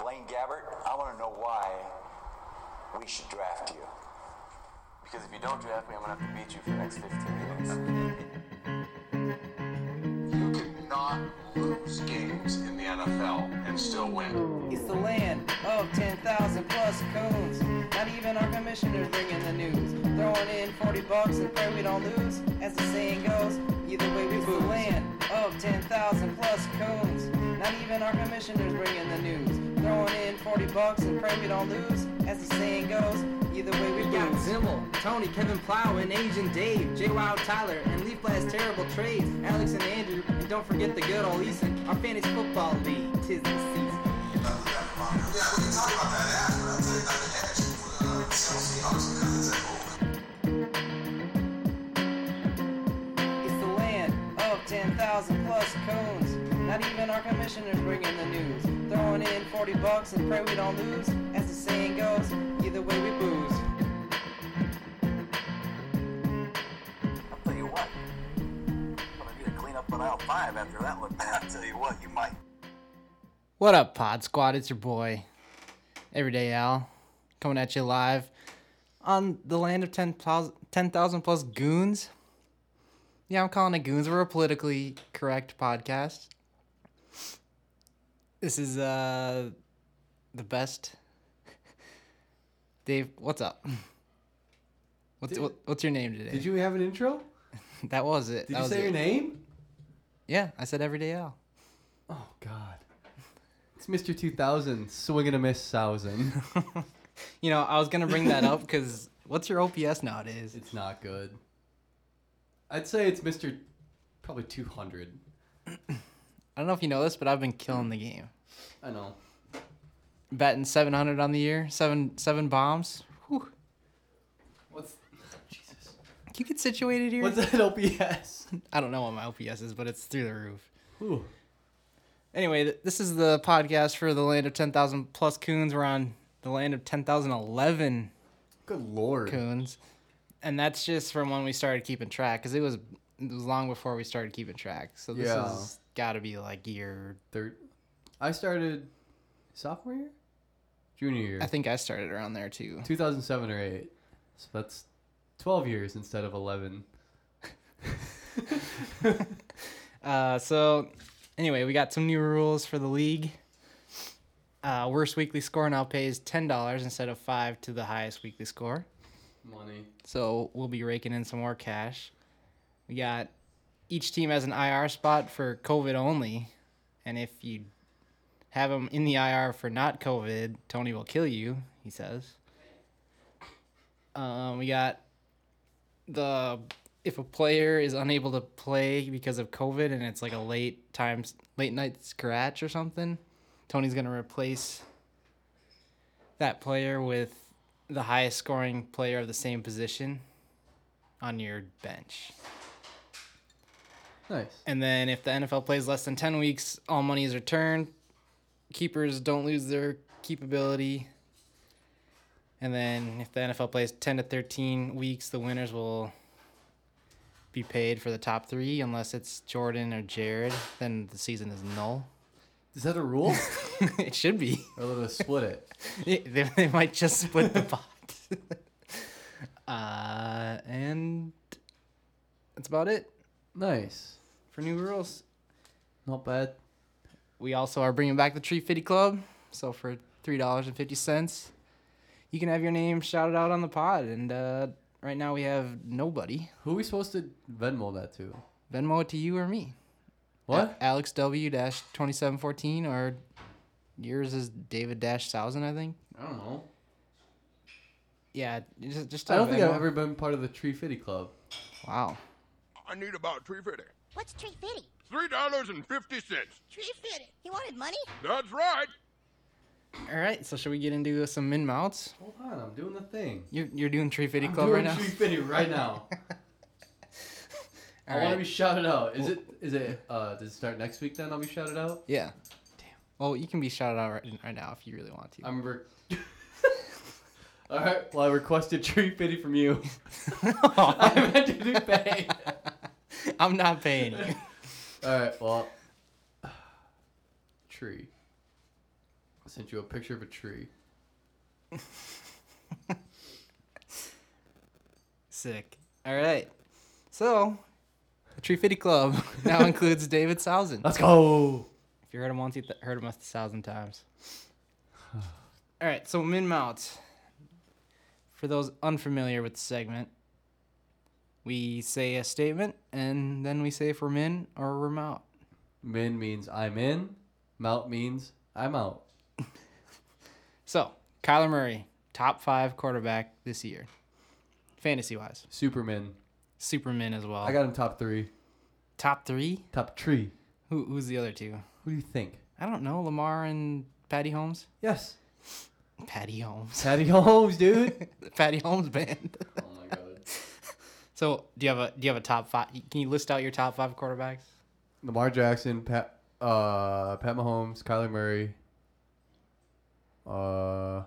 Blaine Gabbert, I want to know why we should draft you. Because if you don't draft me, I'm gonna have to beat you for the next 15 years. You cannot lose games in the NFL and still win. It's the land of 10,000 plus coons. Not even our commissioner's bringing the news. Throwing in 40 bucks and pray we don't lose. As the saying goes, either way we lose. the land of 10,000 plus coons. Not even our commissioner's bringing the news. Throwing in 40 bucks and pray we don't lose. As the saying goes, either way we got lose. Zimmel, Tony, Kevin Plow, and Agent Dave, J. Wild Tyler, and Leaf Blast Terrible Trades, Alex and Andrew, and don't forget the good old Eason, our fantasy football league, tis the season. It's the land of 10,000 plus coons. Not even our commissioner's bringing the news. Throwing in 40 bucks and pray we don't lose. As the saying goes, either way we booze. I'll tell you what, I'm gonna need to clean up on aisle five after that one, man. I'll tell you what, you might. What up, Pod Squad? It's your boy, Everyday Al, coming at you live on the land of 10,000 10,000 plus goons. Yeah, I'm calling it goons. We're a politically correct podcast. This is uh the best. Dave, what's up? What's what, what's your name today? Did you have an intro? that was it. Did that you was say it. your name? Yeah, I said Everyday Al. Oh God, it's Mr. 2000 swinging a miss thousand. You know, I was gonna bring that up because what's your OPS nowadays? it's not good. I'd say it's Mr. Probably 200. I don't know if you know this, but I've been killing the game. I know. Batting 700 on the year, seven seven bombs. Whew. What's Jesus? Can you get situated here? What's that OPS? I don't know what my OPS is, but it's through the roof. Ooh. Anyway, th- this is the podcast for the land of 10,000 plus coons. We're on the land of 10,011 Good lord. coons. And that's just from when we started keeping track, because it was, it was long before we started keeping track. So this Yeah. has got to be like year. Third. I started sophomore year, junior year, I think I started around there too. 2007 or eight. So that's 12 years instead of 11. Uh, so anyway, we got some new rules for the league. Uh, worst weekly score now pays ten dollars instead of five to the highest weekly score. Money. So we'll be raking in some more cash. We got each team has an IR spot for COVID only, and if you have them in the IR for not COVID, Tony will kill you. He says. Um, we got the if a player is unable to play because of COVID and it's like a late times late night scratch or something, Tony's gonna replace that player with the highest scoring player of the same position on your bench. Nice. And then if the NFL plays less than 10 weeks, all money is returned. Keepers don't lose their keepability. And then if the NFL plays 10 to 13 weeks, the winners will be paid for the top three unless it's Jordan or Jared. Then the season is null. Is that a rule? it should be. or let us split it. they, they might just split the pot. uh, and that's about it Nice. for new rules. Not bad. We also are bringing back the Tree Fitty Club. So for three dollars and fifty cents, you can have your name shouted out on the pod. And uh, right now we have nobody. Who are we supposed to Venmo that to? Venmo it to you or me. What? A- Alex W dash twenty seven fourteen or yours is David dash thousand I think. I don't know. Yeah, just just I don't think Venmo. I've ever been part of the Tree Fitty Club. Wow. I need about three fifty. What's Tree Fitty? Three dollars and fifty cents. Tree Fitty. He wanted money? That's right. All right, so should we get into some min mounts? Hold on, I'm doing the thing. You're you're doing Tree Fitty I'm Club right doing now. Tree Fitty right now. I All want right. to be shouted out. Is it? Is it? Uh, does it start next week? Then I'll be shouted out. yeah. Damn. Well, you can be shouted out right, right now if you really want to. I'm. Re- All right. Well, I requested Tree Fitty from you. I meant to do pay. I'm not paying you. All right. Well. Tree. sent you a picture of a tree. Sick. All right. So, the Tree Fitty Club now includes David Sousen. Let's go. If you heard him once, you th- heard him a thousand times. All right, so min mounts. For those unfamiliar with the segment, we say a statement and then we say if we're min or we're out. Min means I'm in. Mount means I'm out. So, Kyler Murray, top five quarterback this year, fantasy wise. Superman. Superman as well. I got him top three. top three. Top tree. Who, who's the other two? Who do you think? I don't know. Lamar and Patty Holmes. Yes. Patty Holmes. Patty Holmes, dude. Patty Holmes band. oh my god. so, do you have a do you have a top five? Can you list out your top five quarterbacks? Lamar Jackson, Pat, uh, Pat Mahomes, Kyler Murray, uh,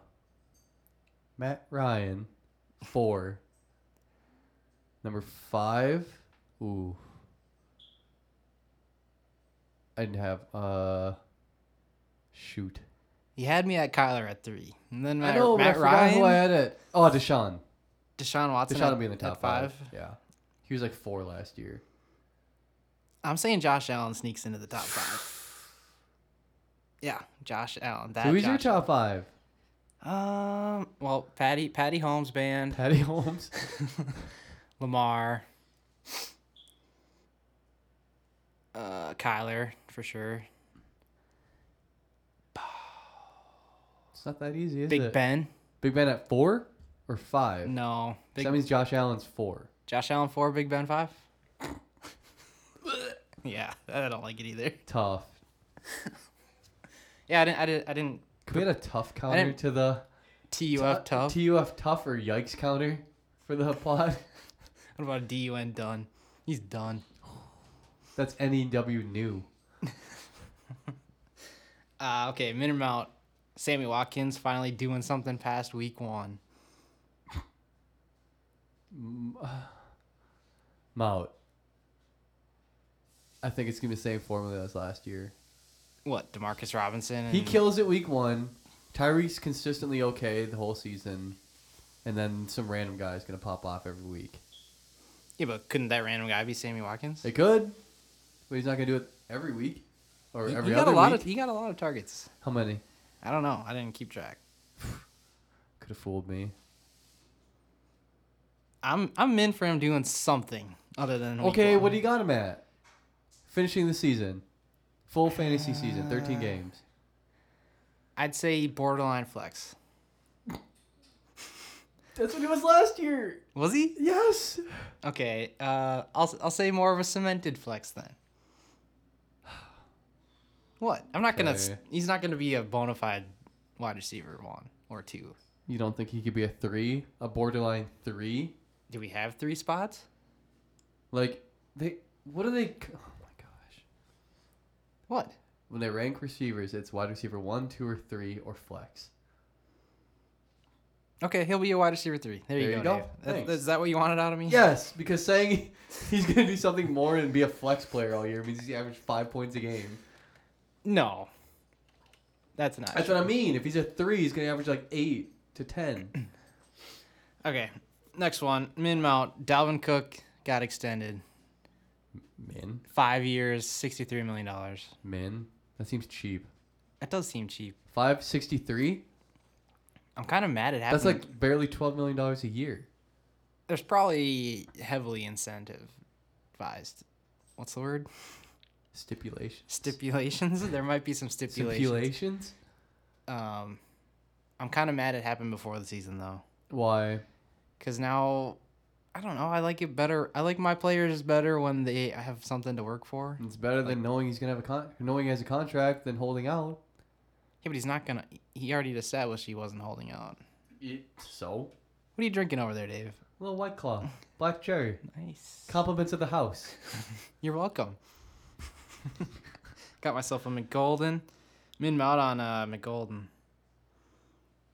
Matt Ryan, four. Number five, ooh, I didn't have uh, shoot. You had me at Kyler at three, and then Matt, I know but Matt I forgot Ryan, who I had it. Oh, Deshaun. Deshaun Watson. Deshaun at- will be in the at top five. Yeah, he was like four last year. I'm saying Josh Allen sneaks into the top five. Yeah, Josh Allen. That So who's your Josh top five? Um. Well, Patty Patty Holmes band, Patty Holmes. Lamar, uh, Kyler for sure. it's not that easy, is Big it? Ben. Big Ben at four or five? So No. Big, that means Josh Allen's four. Josh Allen four. Big Ben five. yeah, I don't like it either. Tough. Yeah, I didn't. I didn't. I didn't. Can we add a tough counter didn't- to the TUF tough. TUF tough or yikes counter for the plot? What about DUN done? He's done. That's NEW new. Uh, okay, Mintermount, Sammy Watkins finally doing something past week one. Mount. I think it's gonna be the same formula as last year. What, Demarcus Robinson? And He kills it week one. Tyreek's consistently okay the whole season, and then some random guy's gonna pop off every week. Yeah, but couldn't that random guy be Sammy Watkins? They could, but he's not gonna do it every week or He, every he got other a lot week. of he got a lot of targets. How many? I don't know. I didn't keep track. Could have fooled me. I'm I'm in for him doing something other than week Okay, one. what do you got him at? Finishing the season, full fantasy season, thirteen games. I'd say borderline flex. That's what he was last year. Was he? Yes. Okay. Uh, I'll I'll say more of a cemented flex then. What? I'm not gonna. s- Okay. He's not gonna be a bona fide wide receiver one or two. You don't think he could be a three, a borderline three? Do we have three spots? Like they, what are they? Oh my gosh. What? When they rank receivers, it's wide receiver one, two, or three, or flex. Okay, he'll be a wide receiver three. There, you There go. you go. Dave. That- Thanks. is that what you wanted out of me? Yes, because saying he's gonna do something more and be a flex player all year means he's averaged five points a game. No. That's not. That's what I mean. If he's a three, he's gonna average like eight to ten. Okay. Next one. Min Mount. Dalvin Cook got extended. Min, Five years, $63 million. That min, that seems cheap. does seem cheap. Five sixty three. I'm kind of mad it happened. That's like barely twelve million dollars a year. There's probably heavily incentivized. What's the word? Stipulations. Stipulations? there might be some stipulations. Stipulations. Um, I'm kind of mad it happened before the season, though. Why? Because now, I don't know. I like it better. I like my players better when they have something to work for. It's better than knowing he's gonna have a con- knowing he has a contract than holding out. Yeah, but he's not gonna. He already established he wasn't holding out. So. What are you drinking over there, Dave? Little white claw, black cherry, Nice. compliments of the house. You're welcome. Got myself a McGolden. Min out on uh, McGolden.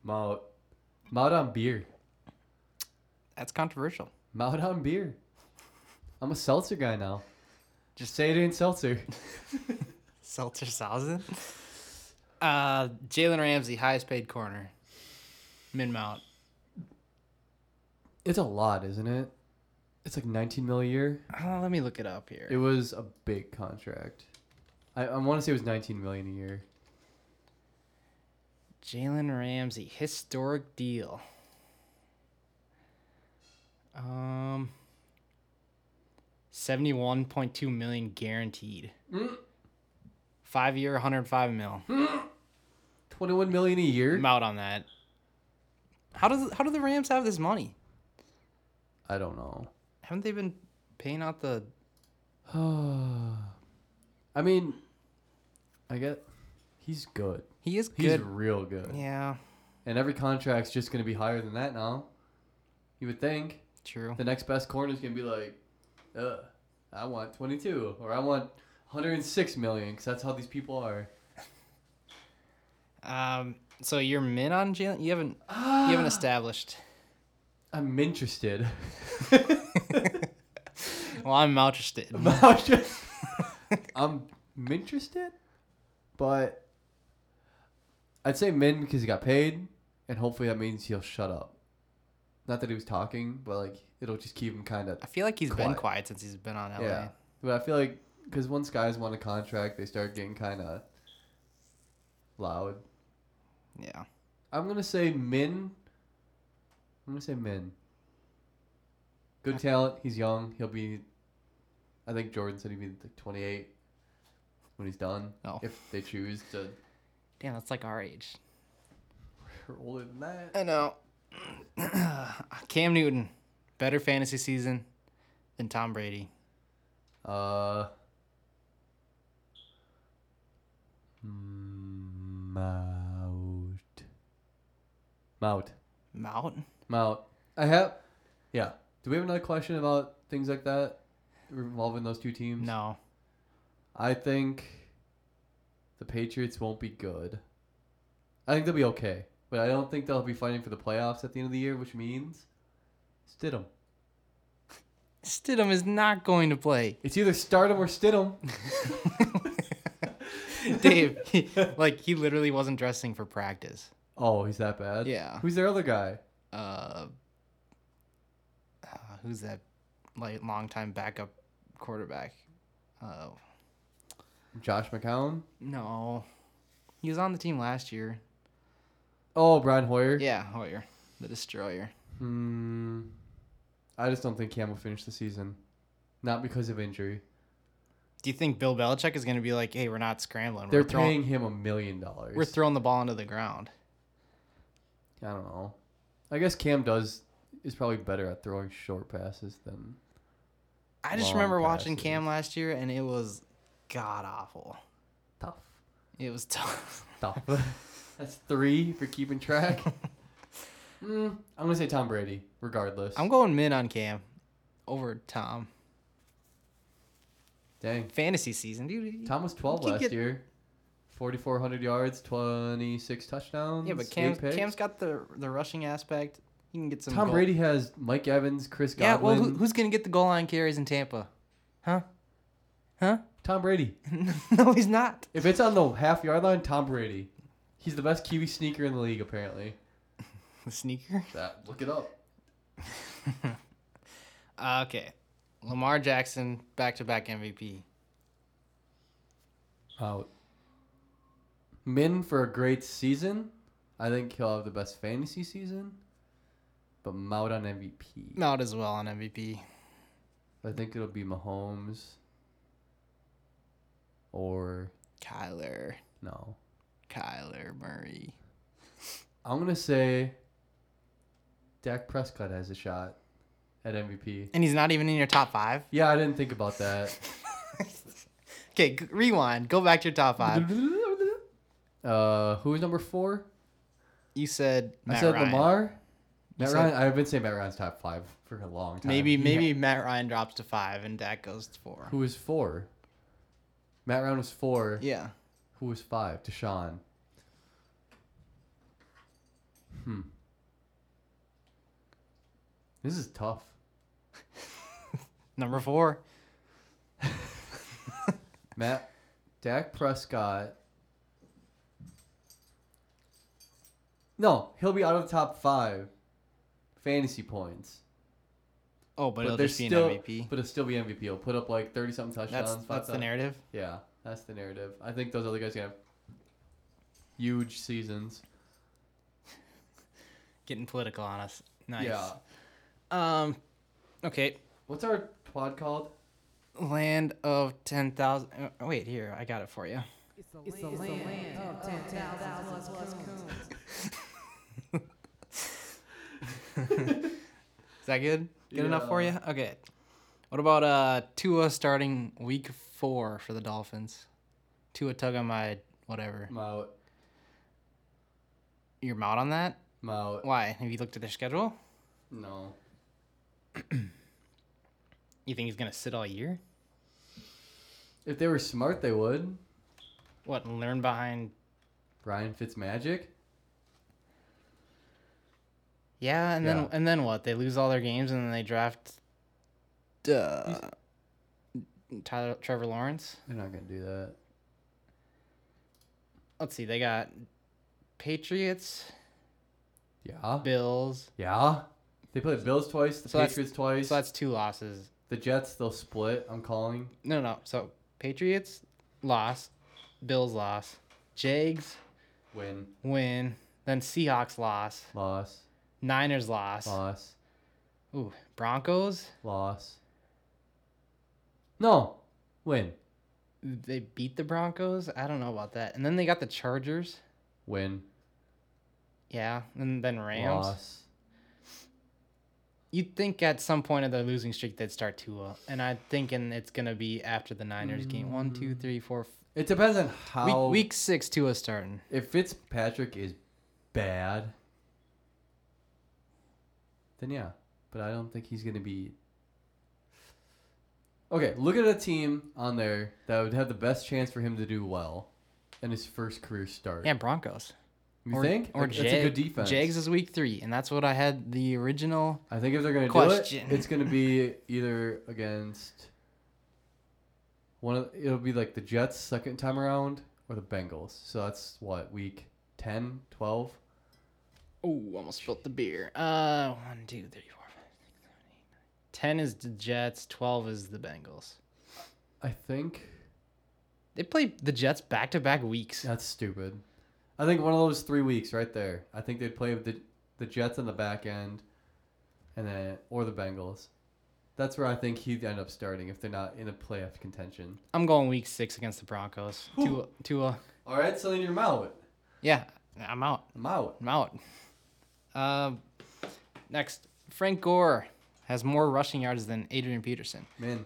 Maud, Maud on beer. That's controversial. Maud on beer. I'm a seltzer guy now. Just say it ain't seltzer. Seltzer Sausen? Uh, Jalen Ramsey, highest paid corner, min mount. It's a lot, isn't it? It's like 19 mil a year. Uh, let me look it up here. It was a big contract. I, I want to say it was 19 million a year. Jalen Ramsey, historic deal. Um, seventy-one point two million guaranteed. Five year, one hundred five mil. 21 million a year. I'm out on that. How does how do the Rams have this money? I don't know. Haven't they been paying out the? I mean, I get he's good. He is He's good. real good. Yeah, And every contract's just going to be higher than that now. You would think true. the next best corner's going to be like, Ugh, I want 22 or I want 106 million because that's how these people are. Um, so you're min on Jalen. You haven't you haven't established. I'm interested. Well, I'm interested. I'm interested, but I'd say Min because he got paid, and hopefully that means he'll shut up. Not that he was talking, but like it'll just keep him kind of I feel like he's been Quiet. quiet since he's been on LA. yeah. But I feel like because once guys want a contract, they start getting kind of loud. yeah. I'm gonna say Min. I'm gonna say Min. Good talent. He's young. He'll be. I think Jordan said he'd be like 28 when he's done. Oh. If they choose to, Damn, that's like our age. we're older than that. I know. Cam Newton, better fantasy season than Tom Brady. Uh. Mount. Mount. Mount. Mount. I have. Yeah. Do we have another question about things like that involving those two teams? No. I think the Patriots won't be good. I think they'll be okay, but I don't think they'll be fighting for the playoffs at the end of the year, which means Stidham. Stidham is not going to play. It's either Stardom or Stidham. Dave, he, like he literally wasn't dressing for practice. Oh, he's that bad. Yeah. Who's their other guy? Uh, uh who's that like longtime backup quarterback? Uh, Josh McCown. no. He was on the team last year. Oh, Brian Hoyer. Yeah, Hoyer, the destroyer. Hmm. I just don't think Cam will finish the season, not because of injury. Do you think Bill Belichick is going to be like, "Hey, we're not scrambling. They're we're throwing paying him a million dollars. we're throwing the ball into the ground." I don't know. I guess Cam does is probably better at throwing short passes than I just Long remember watching passes. Cam last year, and it was god awful. tough. It was tough. Stop. That's three for keeping track. mm, I'm gonna say Tom Brady, regardless. I'm going min on Cam over Tom. Dang. Fantasy season, dude. Tom was 12 You last get- year. 4,400 yards, 26 touchdowns. yeah, but eight Cam Mm, picks. Cam's got the the rushing aspect. He can get some. Tom goal- Brady has Mike Evans, Chris Yeah, well, Godwin. who, who's gonna get the goal line carries in Tampa? Huh? Huh? Tom Brady. no, he's not. If it's on the half yard line, Tom Brady. He's the best QB sneaker in the league, apparently. The sneaker. That look it up. Uh, okay, Lamar Jackson, back to back MVP. out. Min for a great season. I think he'll have the best fantasy season. But Maud on MVP. Not as well on MVP. I think it'll be Mahomes. Or Kyler, no. Kyler Murray. I'm gonna say Dak Prescott has a shot at MVP. And he's not even in your top five? Yeah, I didn't think about that. Okay, g- rewind. Go back to your top five. uh who is number four? You said Matt I said Ryan. Lamar. Matt said- Ryan. I've been saying Matt Ryan's top five for a long time. Maybe He maybe Matt Ryan drops to five and Dak goes to four. Who was four? Matt Ryan was four. Yeah. Who was five? Deshaun. Hmm. This is tough. Number four. Matt, Dak Prescott, No, he'll be out of the top five fantasy points. Oh, but, But it'll there's just be an still, MVP. But it'll still be MVP. He'll put up like thirty something touchdowns. That's five that's the tou- narrative. Yeah, that's the narrative. I think those other guys are gonna have huge seasons. Getting political on us. Nice. Yeah. Um, okay. What's our pod called? Land of ten thousand. Oh, wait, here I got it for you. It's the land of 10,000 plus coons. Is that good? Good enough for you? Yeah. Okay. What about uh Tua starting week four for the Dolphins? Tua tug on my whatever. I'm out. Your mouth on that? I'm out. Why? Have you looked at their schedule? No. You think he's gonna sit all year? If they were smart, they would. What? Learn behind? Brian Fitzmagic. Yeah, and then Yeah. and then what? They lose all their games and then they draft. Duh. Tyler Trevor Lawrence. They're not gonna do that. Let's see. They got Patriots, Yeah. Bills. Yeah. They play the Bills twice, the So that's- Patriots twice. So that's two losses. the Jets they'll split. I'm calling. No, no. So Patriots loss, Bills loss, Jags Win. win, then Seahawks loss, Loss. Niners loss, Loss. ooh, Broncos Loss. No. Win. they beat the Broncos. I don't know about that. And then they got the Chargers. Win. Yeah, and then Rams. Loss. You'd think at some point of the losing streak they'd start Tua, and I'm thinking it's gonna be after the Niners game. One, two, three, four. f- It depends on how Week, week six, Tua starting. if Fitzpatrick is bad. Then yeah, but I don't think he's gonna be. Okay, look at a team on there that would have the best chance for him to do well in his first career start. Yeah, Broncos. you think? Or That's Jag- a good defense. Jags is week three, and that's what I had the original. I think if they're gonna Question. do it, it's gonna be either against one of it'll be like the Jets second time around or the Bengals. So that's what week 10, 12? Oh, almost spilled the beer. Uh, one, two, three, four, five, six, seven, eight, nine. Ten is the Jets. Twelve is the Bengals. I think They play the Jets back to back weeks. that's stupid. I think one of those three weeks right there. I think they'd play with the the Jets on the back end, and then or the Bengals. That's where I think he'd end up starting if they're not in a playoff contention. I'm going week six against the Broncos. Tua, Tua. All right, so then you're out. Yeah, I'm out. I'm out. I'm out. Um, next, Frank Gore has more rushing yards than Adrian Peterson. Man,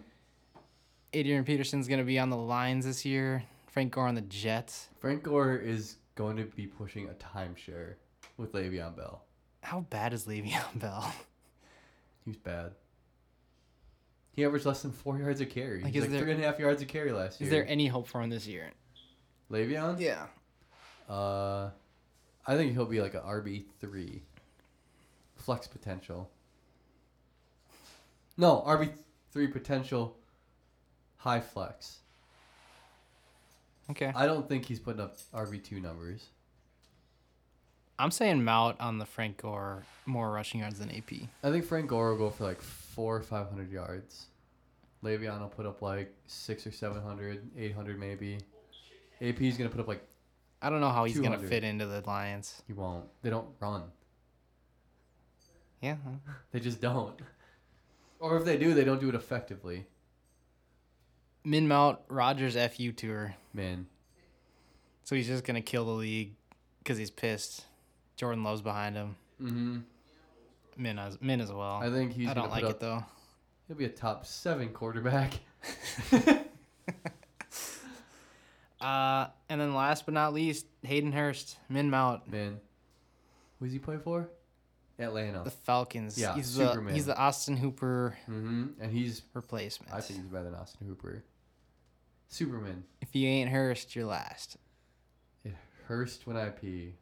Adrian Peterson's gonna be on the Lions this year. Frank Gore on the Jets. Frank Gore is going to be pushing a timeshare with Le'Veon Bell. How bad is Le'Veon Bell? He's bad. He averaged less than four yards a carry. Like, He's is like there- three and a half yards a carry last year. Is there any hope for him this year? Le'Veon? Yeah. Uh, I think he'll be like a RB three, flex potential. No RB three potential, high flex. Okay. I don't think he's putting up RB two numbers. I'm saying Mount on the Frank Gore more rushing yards than AP. I think Frank Gore will go for like four or five hundred yards. Le'Veon will put up like six or 700, 800 maybe. AP's gonna put up like I don't know how he's gonna 200. fit into the Lions. he won't. They don't run. Yeah. They just don't. Or if they do, they don't do it effectively. Min Mount Rogers FU tour. Man, So he's just gonna kill the league because he's pissed. Jordan Love's behind him. Mm-hmm. Min as Min as well. I think he's I don't gonna put like up- it though. he'll be a top seven quarterback. Uh, and then last but not least, Hayden Hurst, Min Mount, Man, who does he play for? Atlanta. the Falcons. Yeah, he's the Superman. he's the Austin Hooper hmm And he's, replacement. I think he's better than Austin Hooper. Superman. If you ain't Hurst, you're last. It hurst when I pee.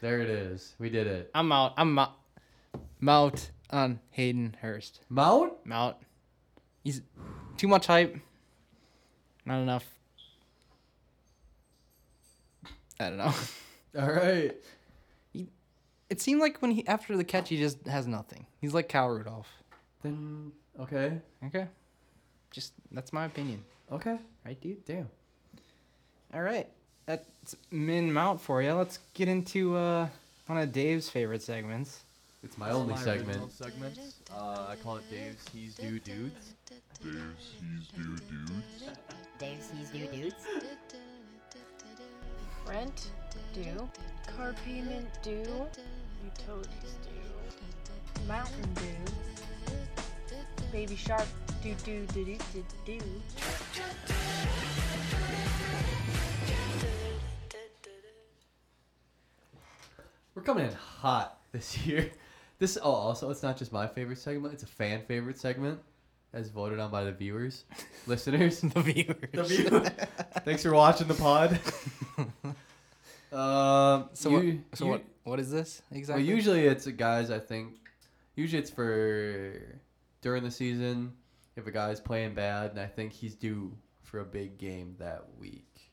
there it is. We did it. I'm out. I'm out. Mount on Hayden Hurst. Mount? Mount. He's too much hype. Not enough. I don't know. All right. It seemed like when he after the catch, he just has nothing. He's like Cal Rudolph. Then okay. Okay, just that's my opinion, Okay. right, dude? Damn. All right, that's Min Mount for you. Let's get into uh, one of Dave's favorite segments. It's my only my segment. original segments. Uh, I call it Dave's He's New Dudes. Dave's He's New Dudes. Rent, do. Car payment, do. Utilities, do. Mountain, do. Baby shark, do do do do do do. We're coming in hot this year. This oh also it's not just my favorite segment, it's a fan favorite segment as voted on by the viewers. listeners. The viewers. The viewers. Thanks for watching the pod. um So you- what? So you- what? What is this Well, exactly? usually it's guys. I think usually it's for during the season if a guy's playing bad, and I think he's due for a big game that week.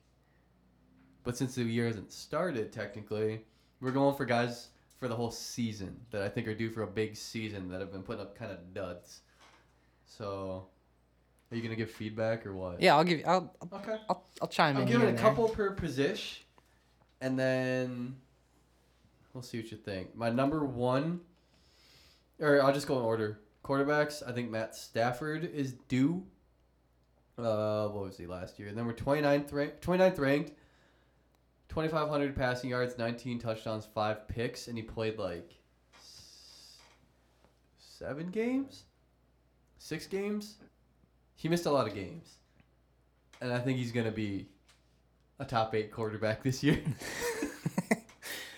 But since the year hasn't started technically, we're going for guys for the whole season that I think are due for a big season that have been putting up kind of duds. So, are you gonna give feedback or what? yeah, I'll give you. I'll I'll, Okay. I'll, I'll chime I'll in. give here it a and there. couple per position, and then we'll see what you think. My number one, or I'll just go in order. Quarterbacks, I think Matt Stafford is due. Uh, what was he last year? Number 29th, rank, 29th ranked, 2,500 passing yards, 19 touchdowns, 5 picks, and he played like s- 7 games? 6 games? He missed a lot of games and I think he's gonna be a top eight quarterback this year.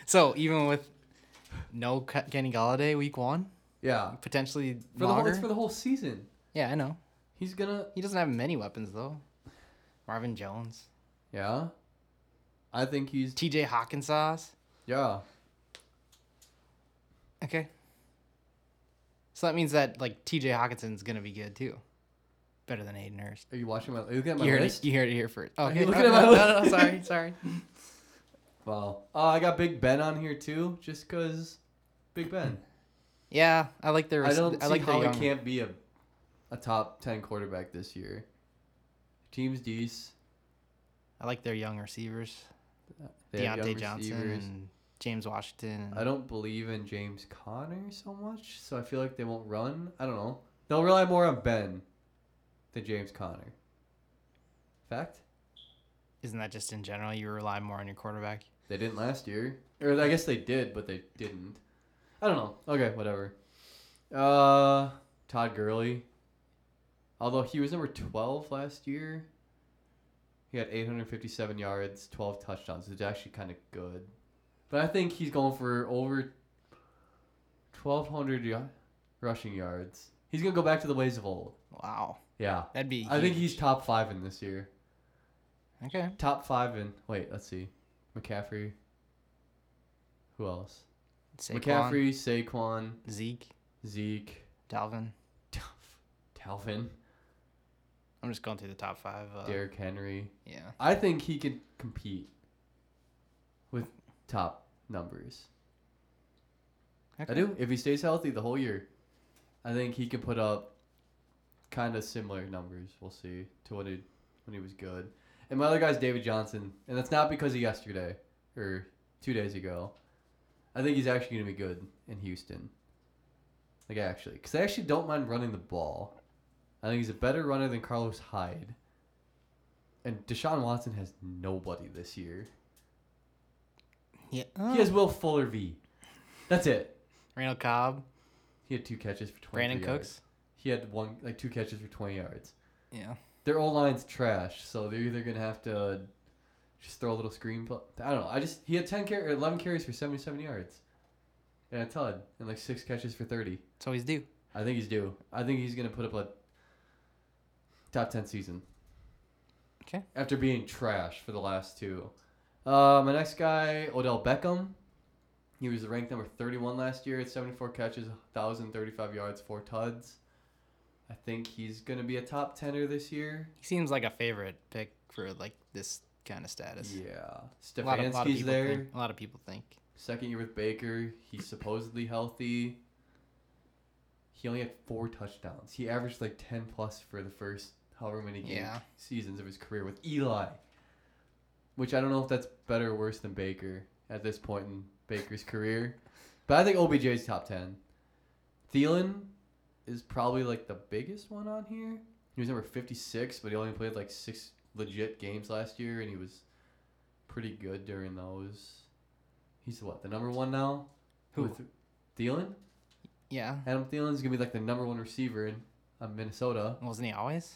So even with no Ke- Kenny Galladay week one, yeah, potentially for the whole, Lager. it's for the whole season. yeah, I know. He's gonna He doesn't have many weapons though. Marvin Jones, yeah. I think he's T.J. Hawkinsauce. yeah. Okay. So that means that like T.J. Hawkinson's gonna be good too, better than Aiden Hurst. Are you watching my? Look at my You heard list. it. You heard it here first. Okay. you looking no, at my no, no, list? no, sorry, sorry. Well, uh, I got Big Ben on here too, just cause Big Ben. Yeah, I like their. I rec- don't I see like their how young. he can't be a a top ten quarterback this year. Team's decent. I like their young receivers. They have young Deontay Johnson receivers. and James Washington. I don't believe in James Conner so much, so I feel like they won't run. I don't know. They'll rely more on Ben than James Conner. Fact? Isn't that just in general? You rely more on your quarterback. They didn't last year. Or I guess they did, but they didn't. I don't know. Okay, whatever. Uh Todd Gurley. Although he was number 12 last year, he had 857 yards, 12 touchdowns. It's actually kind of good. But I think he's going for over 1,200 y- rushing yards. He's going to go back to the ways of old. Wow, Yeah. that'd be. I think huge. he's top five in this year. okay. Top five in. Wait, let's see. McCaffrey. Who else? Saquon, McCaffrey, Saquon, Zeke, Zeke, Dalvin. Talvin, I'm just going through the top five. Uh, Derrick Henry. Yeah. I think he could compete with top numbers. I Okay. do. If he stays healthy the whole year, I think he could put up kind of similar numbers. We'll see to what he when he was good. And my other guy's David Johnson, and that's not because of yesterday or two days ago. I think he's actually going to be good in Houston. Like actually, because they actually don't mind running the ball. I think he's a better runner than Carlos Hyde. And Deshaun Watson has nobody this year. Yeah. He has Will Fuller V. That's it. Randall Cobb, He had two catches for twenty. Brandon yards. Cooks. He had one like two catches for twenty yards. Yeah. Their O line's trash, so they're either gonna have to just throw a little screen. pl- I don't know. I just he had ten car- or eleven carries for seventy seven yards, and a ton, and like six catches for thirty. So he's due. I think he's due. I think he's gonna put up a top ten season. Okay. After being trash for the last two, uh, my next guy Odell Beckham. He was ranked number thirty one last year at seventy four catches, thousand thirty five yards, four tuds. I think he's gonna be a top tenner this year. He seems like a favorite pick for like this kind of status. Yeah. A lot, of, lot of Stefanski's people there. Think, a lot of people think. Second year with Baker. He's supposedly healthy. He only had four touchdowns. He averaged like 10 plus for the first however many game Yeah. seasons of his career with Eli. Which I don't know if that's better or worse than Baker at this point in Baker's career. But I think OBJ is top 10. Thielen is probably like the biggest one on here. He was number 56, but he only played like six legit games last year, and he was pretty good during those. He's what, the number one now? Who? With Thielen? Yeah. Adam Thielen's going to be like the number one receiver in uh, Minnesota. Wasn't he always?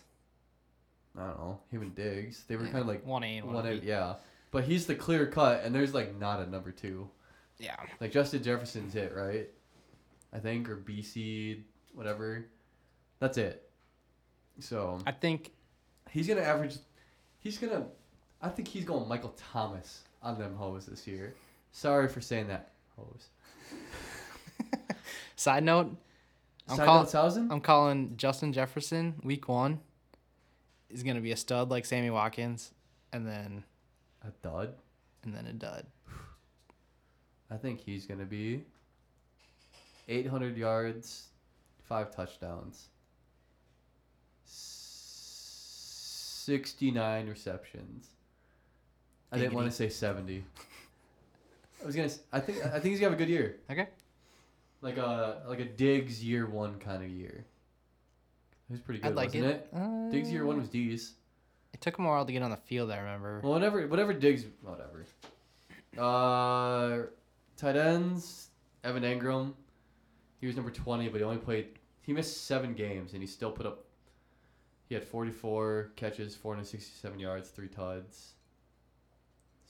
I don't know. Him and Diggs. They were kind of like One A and one, one B. of, yeah. But he's the clear cut, and there's like not a number two. Yeah. Like Justin Jefferson's it, right? I think, or BC, whatever. That's it. So I think he's gonna average. He's gonna. I think he's going Michael Thomas on them hoes this year. Sorry for saying that, hoes. side note, I'm Side call- note, Thousand? I'm calling Justin Jefferson week one is gonna be a stud like Sammy Watkins and then a dud. and then a dud. I think he's gonna be. 800 yards, five touchdowns, 69 receptions. I didn't want to say 70. I was gonna. s- I think. I think he's gonna have a good year, Okay. like a like a Diggs year one kind of year. It was pretty good, I'd like wasn't it. it? Uh, Diggs year one was D's. It took him a while to get on the field, I remember. Well, whatever, whatever Diggs, whatever. Uh, tight ends, Evan Engram. He was number twenty, but he only played. He missed seven games, and he still put up. He had forty-four catches, four hundred sixty-seven yards, three tuds.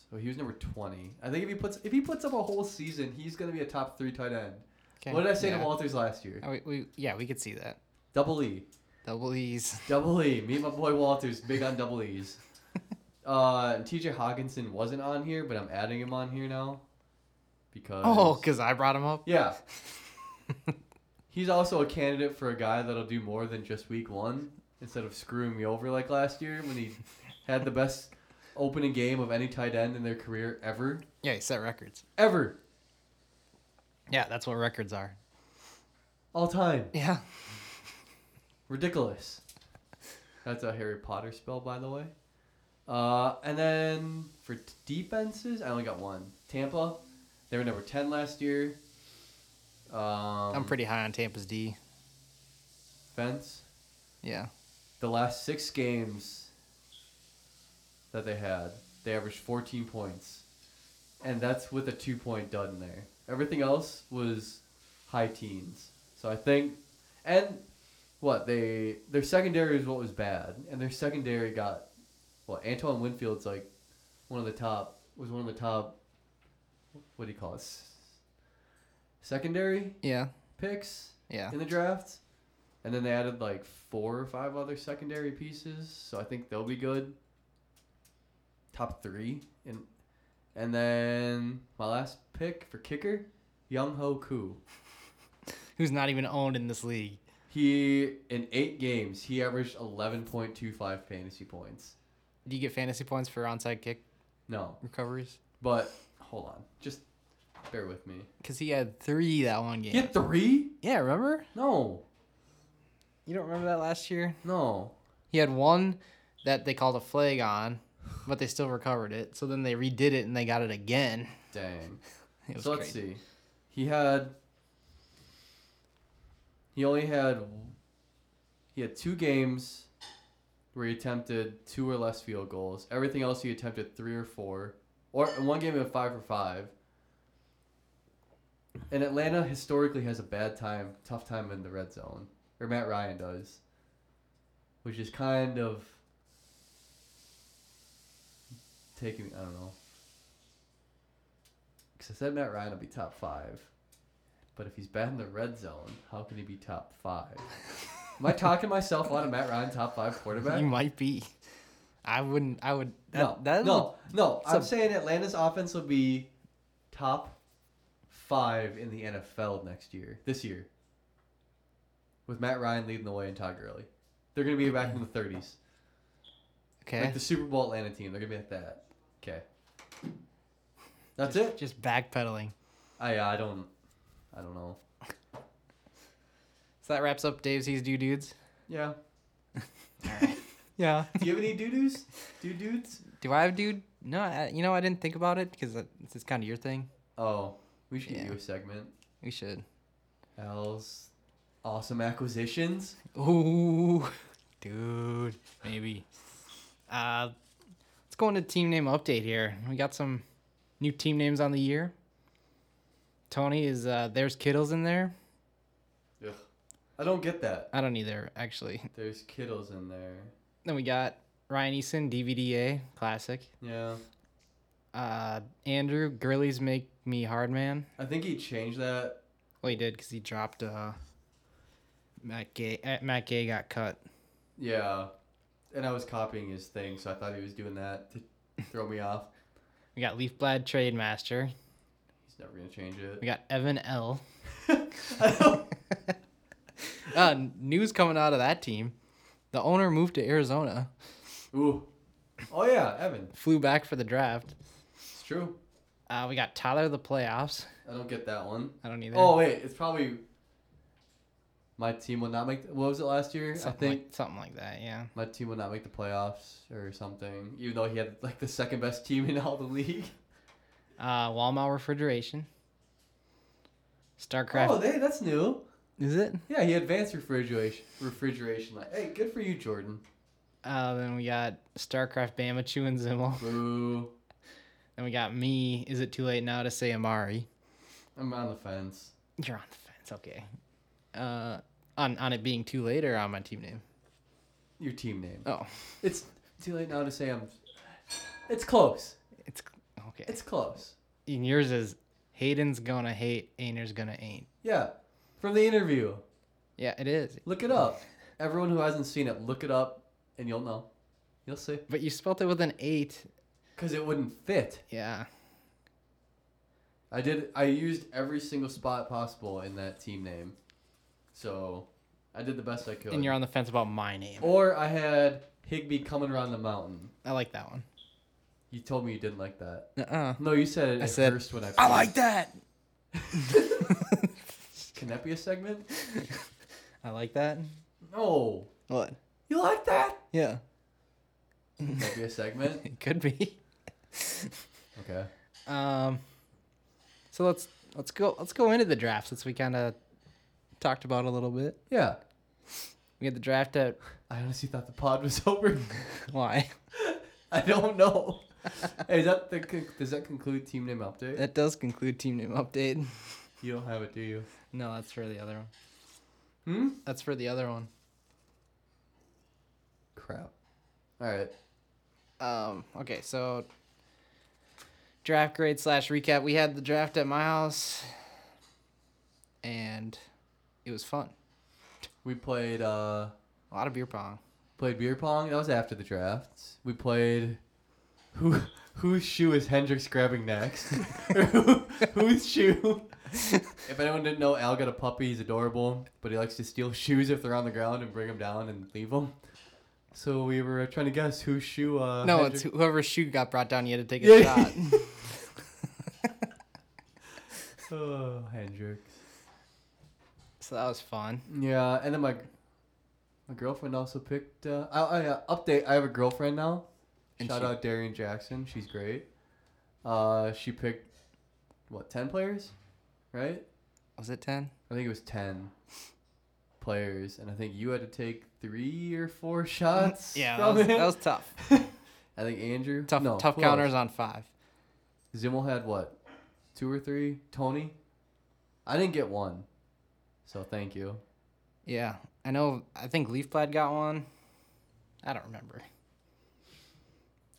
So he was number twenty. I think if he puts if he puts up a whole season, he's gonna be a top three tight end. Okay, What did I say yeah. to Walters last year? Oh, we, we, yeah, we could see that. Double E. Double E's. Double E. Me and my boy Walters, big on double E's. Uh, and TJ Hawkinson wasn't on here, but I'm adding him on here now because Oh, because I brought him up? yeah, he's also a candidate for a guy that'll do more than just week one. Instead of screwing me over like last year when he had the best opening game of any tight end in their career ever, Yeah, he set records. ever, Yeah, that's what records are. all time, Yeah. ridiculous. That's a Harry Potter spell, by the way. Uh, and then for t- defenses, I only got one. Tampa, they were number ten last year. Um, I'm pretty high on Tampa's D. fence. Yeah. The last six games that they had, they averaged fourteen points, and that's with a two-point dud in there. Everything else was high teens. So I think, and what they their secondary is what was bad, and their secondary got well, Antoine Winfield's like one of the top was one of the top. What do you call it? S- Secondary Yeah. picks Yeah. in the draft. And then they added like four or five other secondary pieces, so I think they'll be good. Top three, and and then my last pick for kicker, Young Ho Koo. Who's not even owned in this league. He in eight games he averaged eleven point two five fantasy points. Do you get fantasy points for onside kick No, recoveries? but hold on, just bear with me. Because he had three that one game. Get three? Yeah, remember? No, You don't remember that last year? no. He had one that they called a flag on, but they still recovered it. So then they redid it and they got it again. Dang. It was so let's crazy. see. He had. He only had. He had two games where he attempted two or less field goals. Everything else he attempted three or four, or in one game he had five for five. And Atlanta historically has a bad time, tough time in the red zone, or Matt Ryan does, which is kind of taking. I don't know. Because I said Matt Ryan will be top five. But if he's bad in the red zone, how can he be top five? Am I talking myself out of Matt Ryan top five quarterback? You might be. I wouldn't. I would. That, no, that no, no. it's I'm a- saying Atlanta's offense will be top five in the NFL next year, this year, with Matt Ryan leading the way and Todd Gurley. They're going to be back in the 30s, Okay. Eh. like the Super Bowl Atlanta team. They're going to be like that. Okay. That's just, it. Just backpedaling. I I don't I don't know. So that wraps up Dave's He's Do Dudes. Yeah. Yeah. Do you have any doo doos? Doo dudes? Do I have dude? No, I, you know I didn't think about it because it's, it's kind of your thing. Oh, we should Yeah. do a segment. We should. Al's awesome acquisitions. Ooh, dude, maybe. Uh, let's go into team name update here. We got some new team names on the year. Tony is uh, there's Kittles in there. Ugh. I don't get that. I don't either actually. There's kiddos in there. Then we got Ryan Eason, DVDA, classic. Yeah. Uh, Andrew Gurley's make me hard man. I think he changed that. Well, he did because he dropped uh, Matt Gay. Uh, Matt Gay got cut. Yeah. And I was copying his thing, so I thought he was doing that to throw me off. We got Leaf Blad Trade Master. He's never gonna change it. We got Evan L. I don't- uh, news coming out of that team. The owner moved to Arizona, Ooh. Oh yeah, Evan. flew back for the draft. It's true. Uh, we got Tyler the playoffs. I don't get that one. I don't either. Oh wait, it's probably my team will not make. what was it last year? something I think like, something like that. Yeah, my team will not make the playoffs or something. Even though he had like the second best team in all the league. uh, Walmart refrigeration. Starcraft Oh, hey, that's new. is it? Yeah, he advanced refrigeration. Refrigeration. Like, hey, good for you, Jordan. Uh, then we got Starcraft Bama Chu and Zimmel. Boo. Then we got me. Is it too late now to say Amari? I'm on the fence. You're on the fence. Okay. Uh, on on it being too late or on my team name. Your team name. Oh, It's too late now to say I'm. It's close. it's okay. It's close. and yours is Hayden's gonna hate, Ainer's gonna ain't. Yeah. From the interview. Yeah, it is. Look it up. Everyone who hasn't seen it, look it up and you'll know. You'll see. But you spelt it with an eight. Because it wouldn't fit. Yeah. I did. I used every single spot possible in that team name. So I did the best I could. And you're on the fence about my name. or I had Higby coming around the mountain. I like that one. You told me you didn't like that. Uh-uh. No, you said it I at said, first when I. I like that. Can that be a segment? I like that. No. What? You like that? Yeah. Can that be a segment? It could be. Okay. Um. So let's let's go let's go into the draft since we kind of talked about it a little bit. Yeah. We had the draft at I honestly thought the pod was over. why? I don't know. hey, is that the, con- does that conclude team name update? That does conclude team name update. You don't have it, do you? No, that's for the other one. Hmm? That's for the other one. Crap. All right. Um, okay, so draft grade slash recap. We had the draft at my house, and it was fun. We played uh A lot of beer pong. played beer pong. That was after the draft. We played who whose shoe is Hendrix grabbing next? Or who, whose shoe? if anyone didn't know, Al got a puppy. He's adorable, but he likes to steal shoes if they're on the ground and bring them down and leave them. So we were trying to guess whose shoe. Uh, No, Hendrix- it's whoever's shoe got brought down. You had to take a Yeah. shot. oh, Hendrix. so that was fun. Yeah, and then my my girlfriend also picked. Uh, I, I uh, update. I have a girlfriend now. And Shout she- out Darian Jackson. She's great. Uh, she picked what ten players, right? Was it ten? I think it was ten players, and I think you had to take three or four shots. Yeah, that from was, it. that was tough. I think Andrew. Tough, no, tough who else? counters on five. Zimmel had what, two or three? Tony. I didn't get one, so thank you. Yeah, I know. I think Leafblad got one. I don't remember.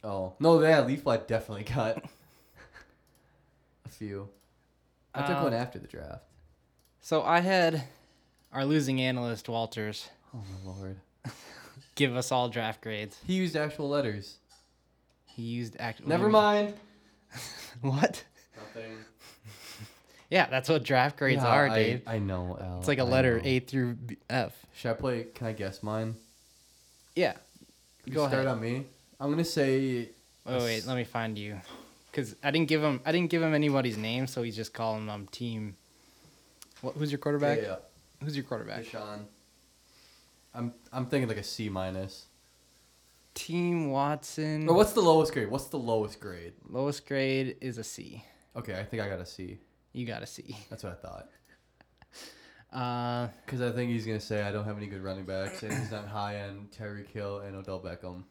Oh no, yeah, Leafblad definitely got a few. I took Um, one after the draft. So I had our losing analyst Walters Oh my lord, give us all draft grades. he used actual letters. He used act. what do Never you mean? mind. What? Nothing. Yeah, that's what draft grades Yeah, are, I, Dave. I know. Al, it's like a a letter A through B- F. Should I play? Can I guess mine? Yeah. Can you Go ahead. start on me. I'm gonna say Oh wait, let me find you, because I didn't give him I didn't give him anybody's name, so he's just calling them team. What, who's your quarterback? Yeah, Who's your yeah. quarterback? Deshaun. I'm I'm thinking like a C minus. Team Watson. Or what's the lowest grade? What's the lowest grade? lowest grade is a C. Okay, I think I got a C. You got a C. That's what I thought. Uh, Because I think he's gonna say I don't have any good running backs, and he's not high end Tyreek Hill and Odell Beckham,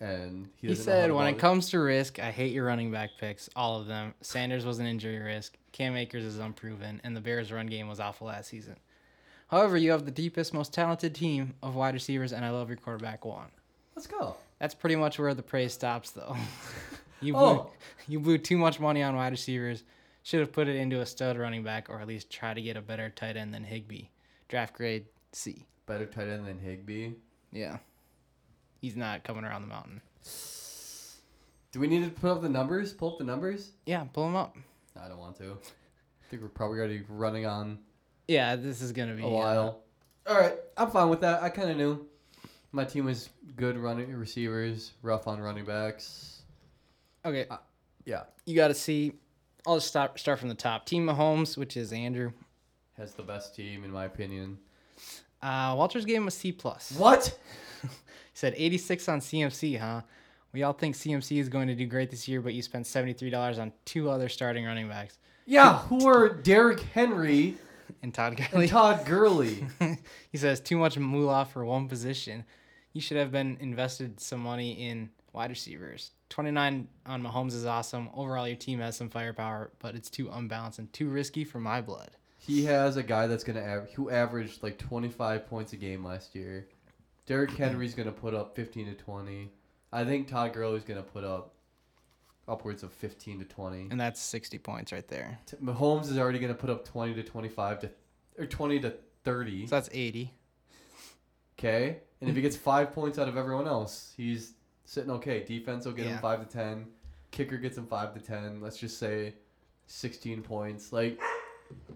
and he, he doesn't know how said, to when it run- comes to risk, I hate your running back picks, all of them. Sanders was an injury risk. Cam Akers is unproven, and the Bears' run game was awful last season. However, you have the deepest, most talented team of wide receivers, and I love your quarterback one. Let's go. That's pretty much where the praise stops, though. you blew, Oh. you blew too much money on wide receivers. Should have put it into a stud running back, or at least try to get a better tight end than Higby. Draft grade C. Better tight end than Higby. Yeah, he's not coming around the mountain. Do we need to put up the numbers? Pull up the numbers? Yeah, pull him up. No, I don't want to. I think we're probably already running on Yeah, this is gonna be a while. All right, I'm fine with that. I kind of knew my team was good running receivers, rough on running backs. Okay, uh, Yeah, you got to see. I'll just stop, start from the top. Team Mahomes, which is Andrew. has the best team in my opinion. Uh, Walters gave him a C plus. What? He said 86 on CMC, huh? We all think CMC is going to do great this year, but you spent $73 on two other starting running backs Yeah, who are Derrick Henry and Todd Gurley. and Todd Gurley? he says too much moolah for one position. You should have been invested some money in wide receivers. 29 on Mahomes is awesome. Overall, your team has some firepower, but it's too unbalanced and too risky for my blood. He has a guy that's gonna aver who averaged like 25 points a game last year. Derrick Henry's gonna put up 15 to 20. I think Todd Gurley's gonna put up upwards of 15 to 20. And that's 60 points right there. T- Mahomes is already gonna put up 20 to 25 to or 20 to 30. So that's 80. Okay, and if he gets five points out of everyone else, he's sitting okay. Defense will get him Yeah. five to 10. Kicker gets him five to 10. Let's just say 16 points. Like,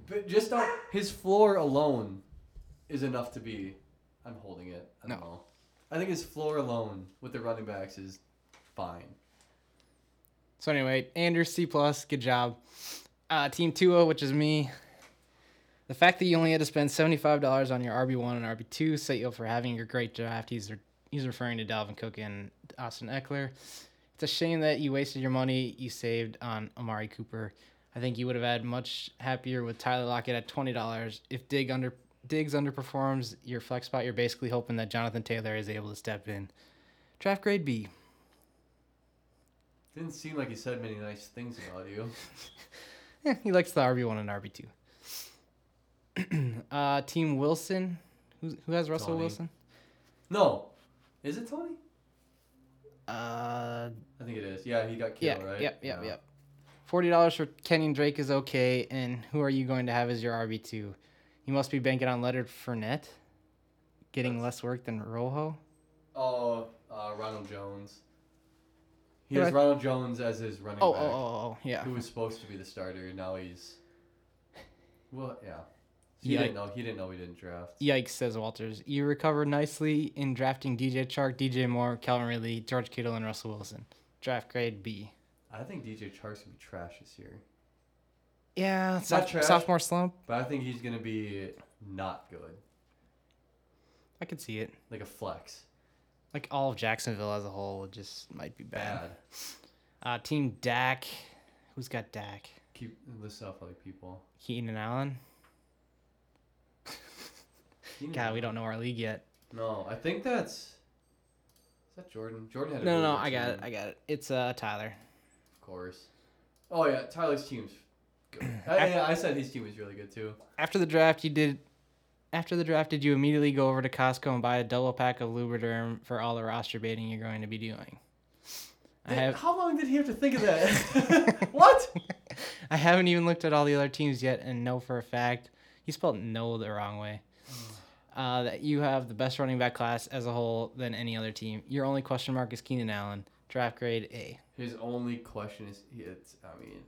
but just on his floor alone is enough to be. I'm holding it. I don't No. know. I think his floor alone with the running backs is fine. So anyway, Anders C plus, good job. Uh, team Tua, which is me. The fact that you only had to spend seventy five dollars on your RB one and RB two set you up for having your great draft. He's re- he's referring to Dalvin Cook and Austin Eckler. It's a shame that you wasted your money you saved on Amari Cooper. I think you would have had much happier with Tyler Lockett at twenty dollars. If Dig under Diggs underperforms your flex spot, you're basically hoping that Jonathan Taylor is able to step in. Draft grade B. Didn't seem like he said many nice things about you. Eh, he likes the RB one and RB two. uh, Team Wilson, who's, who has Russell Tony. Wilson? No, is it Tony? Uh, I think it is. Yeah, he got yeah, killed, right? yep, yep, Yeah. yep. Forty dollars for Kenyon Drake is okay, and who are you going to have as your RB two? You must be banking on Leonard Fournette, getting less work than Rojo. Oh, uh, Ronald Jones. He Who has I- Ronald Jones as his running Oh, oh, back, oh, oh, yeah. who was supposed to be the starter. and Now he's, well, yeah. So Yeah. He didn't know. He didn't know he didn't draft. Yikes, says Walters. You recovered nicely in drafting DJ Chark, DJ Moore, Calvin Ridley, George Kittle, and Russell Wilson. Draft grade B. I think DJ Chark's gonna be trash this year, Yeah, soph- trash. sophomore slump. but I think he's gonna be not good, I could see it. like a flex, like all of Jacksonville as a whole just might be bad. bad. Uh, team Dak, who's got Dak? Keep list off other people. Keaton and Allen. You know- God, we don't know our league yet. No, I think that's. Is that Jordan? Jordan had a No, really no, no, good I got it. team, I got it. It's uh Tyler. Of course. Oh yeah, Tyler's team's. Good. I, yeah, I said his team was really good too. After the draft, you did. After the draft, did you immediately go over to Costco and buy a double pack of Lubriderm for all the roster baiting you're going to be doing? I Did- have. How long did he have to think of that? what? I haven't even looked at all the other teams yet and know for a fact. He spelled no the wrong way. Uh, that you have the best running back class as a whole than any other team. Your only question mark is Keenan Allen, draft grade A. His only question is, it's. I mean,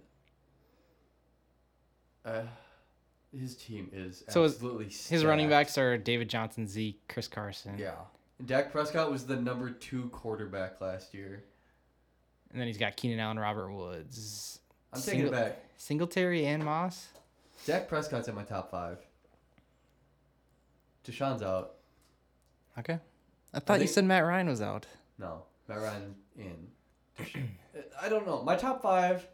uh, his team is So is- absolutely. His running stacked. backs are David Johnson, Zeke, Chris Carson. Yeah, Dak Prescott was the number two quarterback last year. And then he's got Keenan Allen, Robert Woods. I'm taking it Single- back. Singletary and Moss. Dak Prescott's in my top five. Deshaun's out. Okay. I thought you think- said Matt Ryan was out. No, Matt Ryan in. Desha- I don't know. My top five: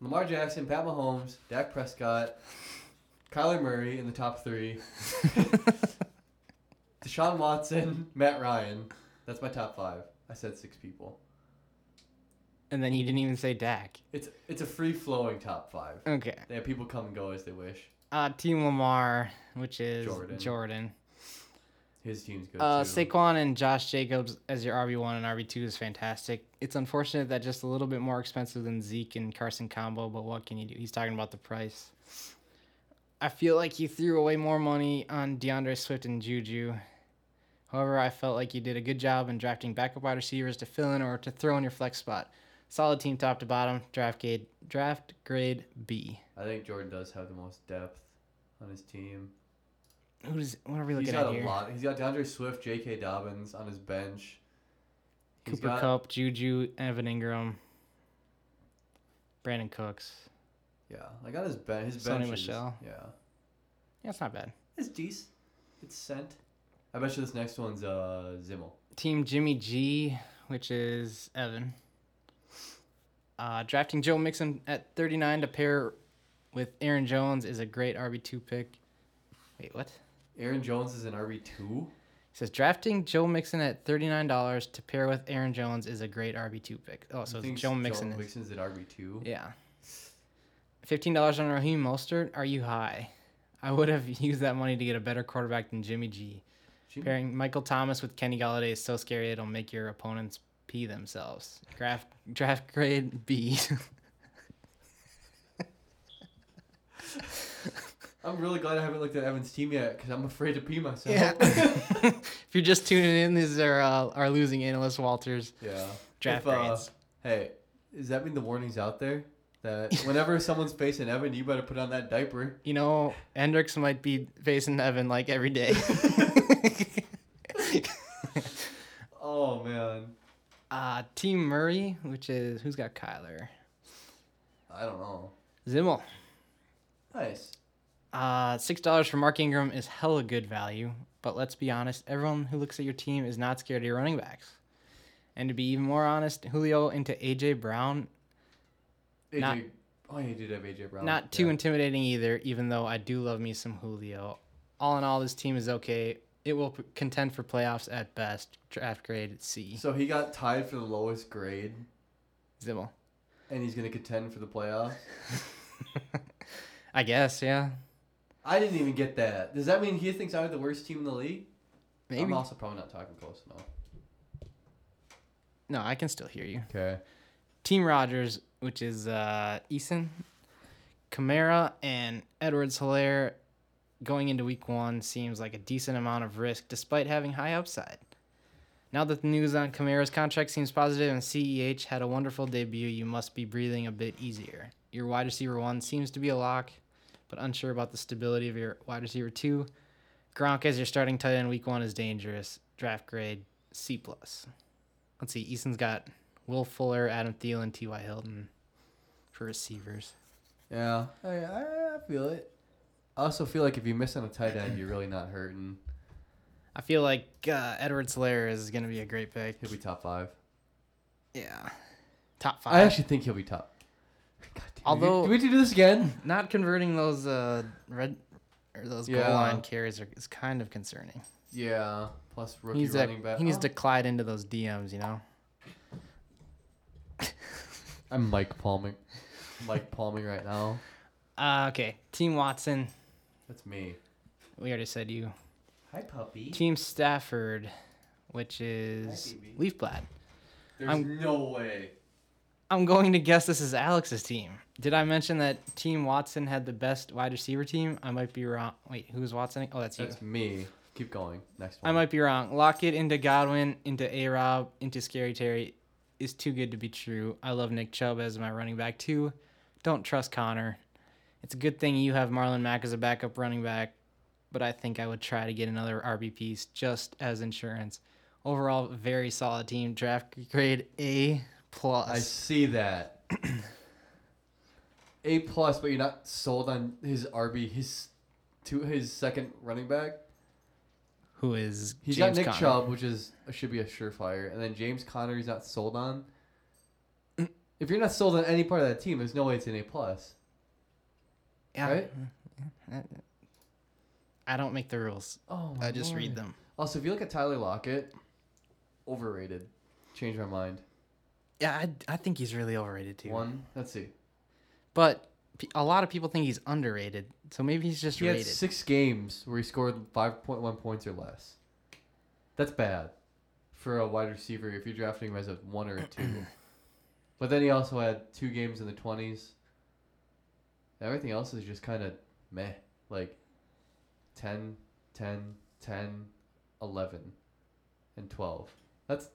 Lamar Jackson, Pat Mahomes, Dak Prescott, Kyler Murray in the top three. Deshaun Watson, Matt Ryan. That's my top five. I said six people. And then you didn't even say Dak. It's it's a free flowing top five. Okay. They have people come and go as they wish. Uh, Team Lamar, which is Jordan. Jordan. His team's good Uh, too. Saquon and Josh Jacobs as your RB1 and RB2 is fantastic. It's unfortunate that just a little bit more expensive than Zeke and Carson combo, but what can you do? He's talking about the price. I feel like you threw away more money on DeAndre Swift and Juju. However, I felt like you did a good job in drafting backup wide receivers to fill in or to throw in your flex spot. Solid team top to bottom. Draft grade, draft grade B. I think Jordan does have the most depth on his team. Who's what are we He's looking got at a here? lot. He's got DeAndre Swift, J.K. Dobbins on his bench. He's Cooper got- Cup, Juju, Evan Ingram, Brandon Cooks. Yeah, like on his bench. His Sony bench. is- Michel. Yeah, Yeah, it's not bad. it's decent. It's sent. I bet you this next one's uh Zimmel. Team Jimmy G, which is Evan. Uh, drafting Joe Mixon at 39 to pair with Aaron Jones is a great RB2 pick. Wait, what? Aaron Jones is an RB two. It says drafting Joe Mixon at $39 to pair with Aaron Jones is a great RB2 pick. Oh, so it's Joe Mixon. is- Mixon's an RB two. Yeah. Fifteen dollars on Raheem Mostert. Are you high? I would have used that money to get a better quarterback than Jimmy G. Jimmy- Pairing Michael Thomas with Kenny Galladay is so scary it'll make your opponents pee themselves. Draft draft grade B. I'm really glad I haven't looked at Evan's team yet because I'm afraid to pee myself. if you're just tuning in, these are uh, our losing analyst Walters. Yeah. uh, Draft grades. hey, does that mean the warning's out there that whenever someone's facing Evan, you better put on that diaper? You know, Hendricks might be facing Evan like every day. Oh man, uh, Team Murray, which is who's got Kyler I don't know. Zimmel. Nice. Uh, six dollars for Mark Ingram is hella good value, but let's be honest, everyone who looks at your team is not scared of your running backs. And to be even more honest, Julio into AJ Brown, AJ, Not- oh, you did have AJ Brown. not too Yeah. intimidating either. Even though I do love me some Julio, all in all, this team is okay. It will p- contend for playoffs at best. Draft grade C. So he got tied for the lowest grade, Zimmel, and he's gonna contend for the playoffs. I guess, yeah, I didn't even get that. Does that mean he thinks I'm the worst team in the league? maybe. I'm also probably not talking close enough. no, I can still hear you. Okay. Team Rogers, which is uh, Eason, Kamara, and Edwards Hilaire going into week one seems like a decent amount of risk despite having high upside. Now that the news on Kamara's contract seems positive and CEH had a wonderful debut, you must be breathing a bit easier. Your wide receiver one seems to be a lock, but unsure about the stability of your wide receiver two. Gronk as your starting tight end week one is dangerous. Draft grade C plus. Let's see. Easton's got Will Fuller, Adam Thielen, T.Y. Hilton for receivers. Yeah, I, I I feel it. I also feel like if you miss on a tight end, you're really not hurting. I feel like uh, Edward Slayer is going to be a great pick. He'll be top five. Yeah. Top five. I actually think he'll be top. God damn it. Although- do we do this again? Not converting those uh, red or those Yeah. goal line carries are, is kind of concerning. Yeah. Plus He rookie needs, that, running back. he needs Oh. to glide into those DMs, you know? I'm Mike Palming. Mike Palming right now. Uh, okay. Team Watson. That's me. We already said you. Hi puppy. Team Stafford, which is Hi, baby. Leafblad. There's I'm- no way. I'm going to guess this is Alex's team. Did I mention that Team Watson had the best wide receiver team? I might be wrong. Wait, who is Watson? Oh, that's you. That's me. Keep going. Next one. I might be wrong. Lockett into Godwin, into A Rob, into Scary Terry is too good to be true. I love Nick Chubb as my running back, too. Don't trust Connor. It's a good thing you have Marlon Mack as a backup running back, but I think I would try to get another RB piece just as insurance. Overall, very solid team. Draft grade A I plus. see that. A plus, but you're not sold on his RB, his to his second running back. who is He's James got Nick Conner. Chubb, which is should be a surefire, and then James Conner. He's not sold on. if you're not sold on any part of that team, there's no way it's an A plus. Yeah. Mm-hmm. right? I don't make the rules. Oh, I just read them. Also, if you look at Tyler Lockett, overrated. Change my mind. Yeah, I, I think he's really overrated too. One. Let's see. But pe- a lot of people think he's underrated, so maybe he's just He had rated. six games where he scored 5.1 points or less. That's bad for a wide receiver if you're drafting him as a one or a two. but then he also had two games in the 20s. Everything else is just kind of meh. Like 10, 10, 10, 11, and 12. That's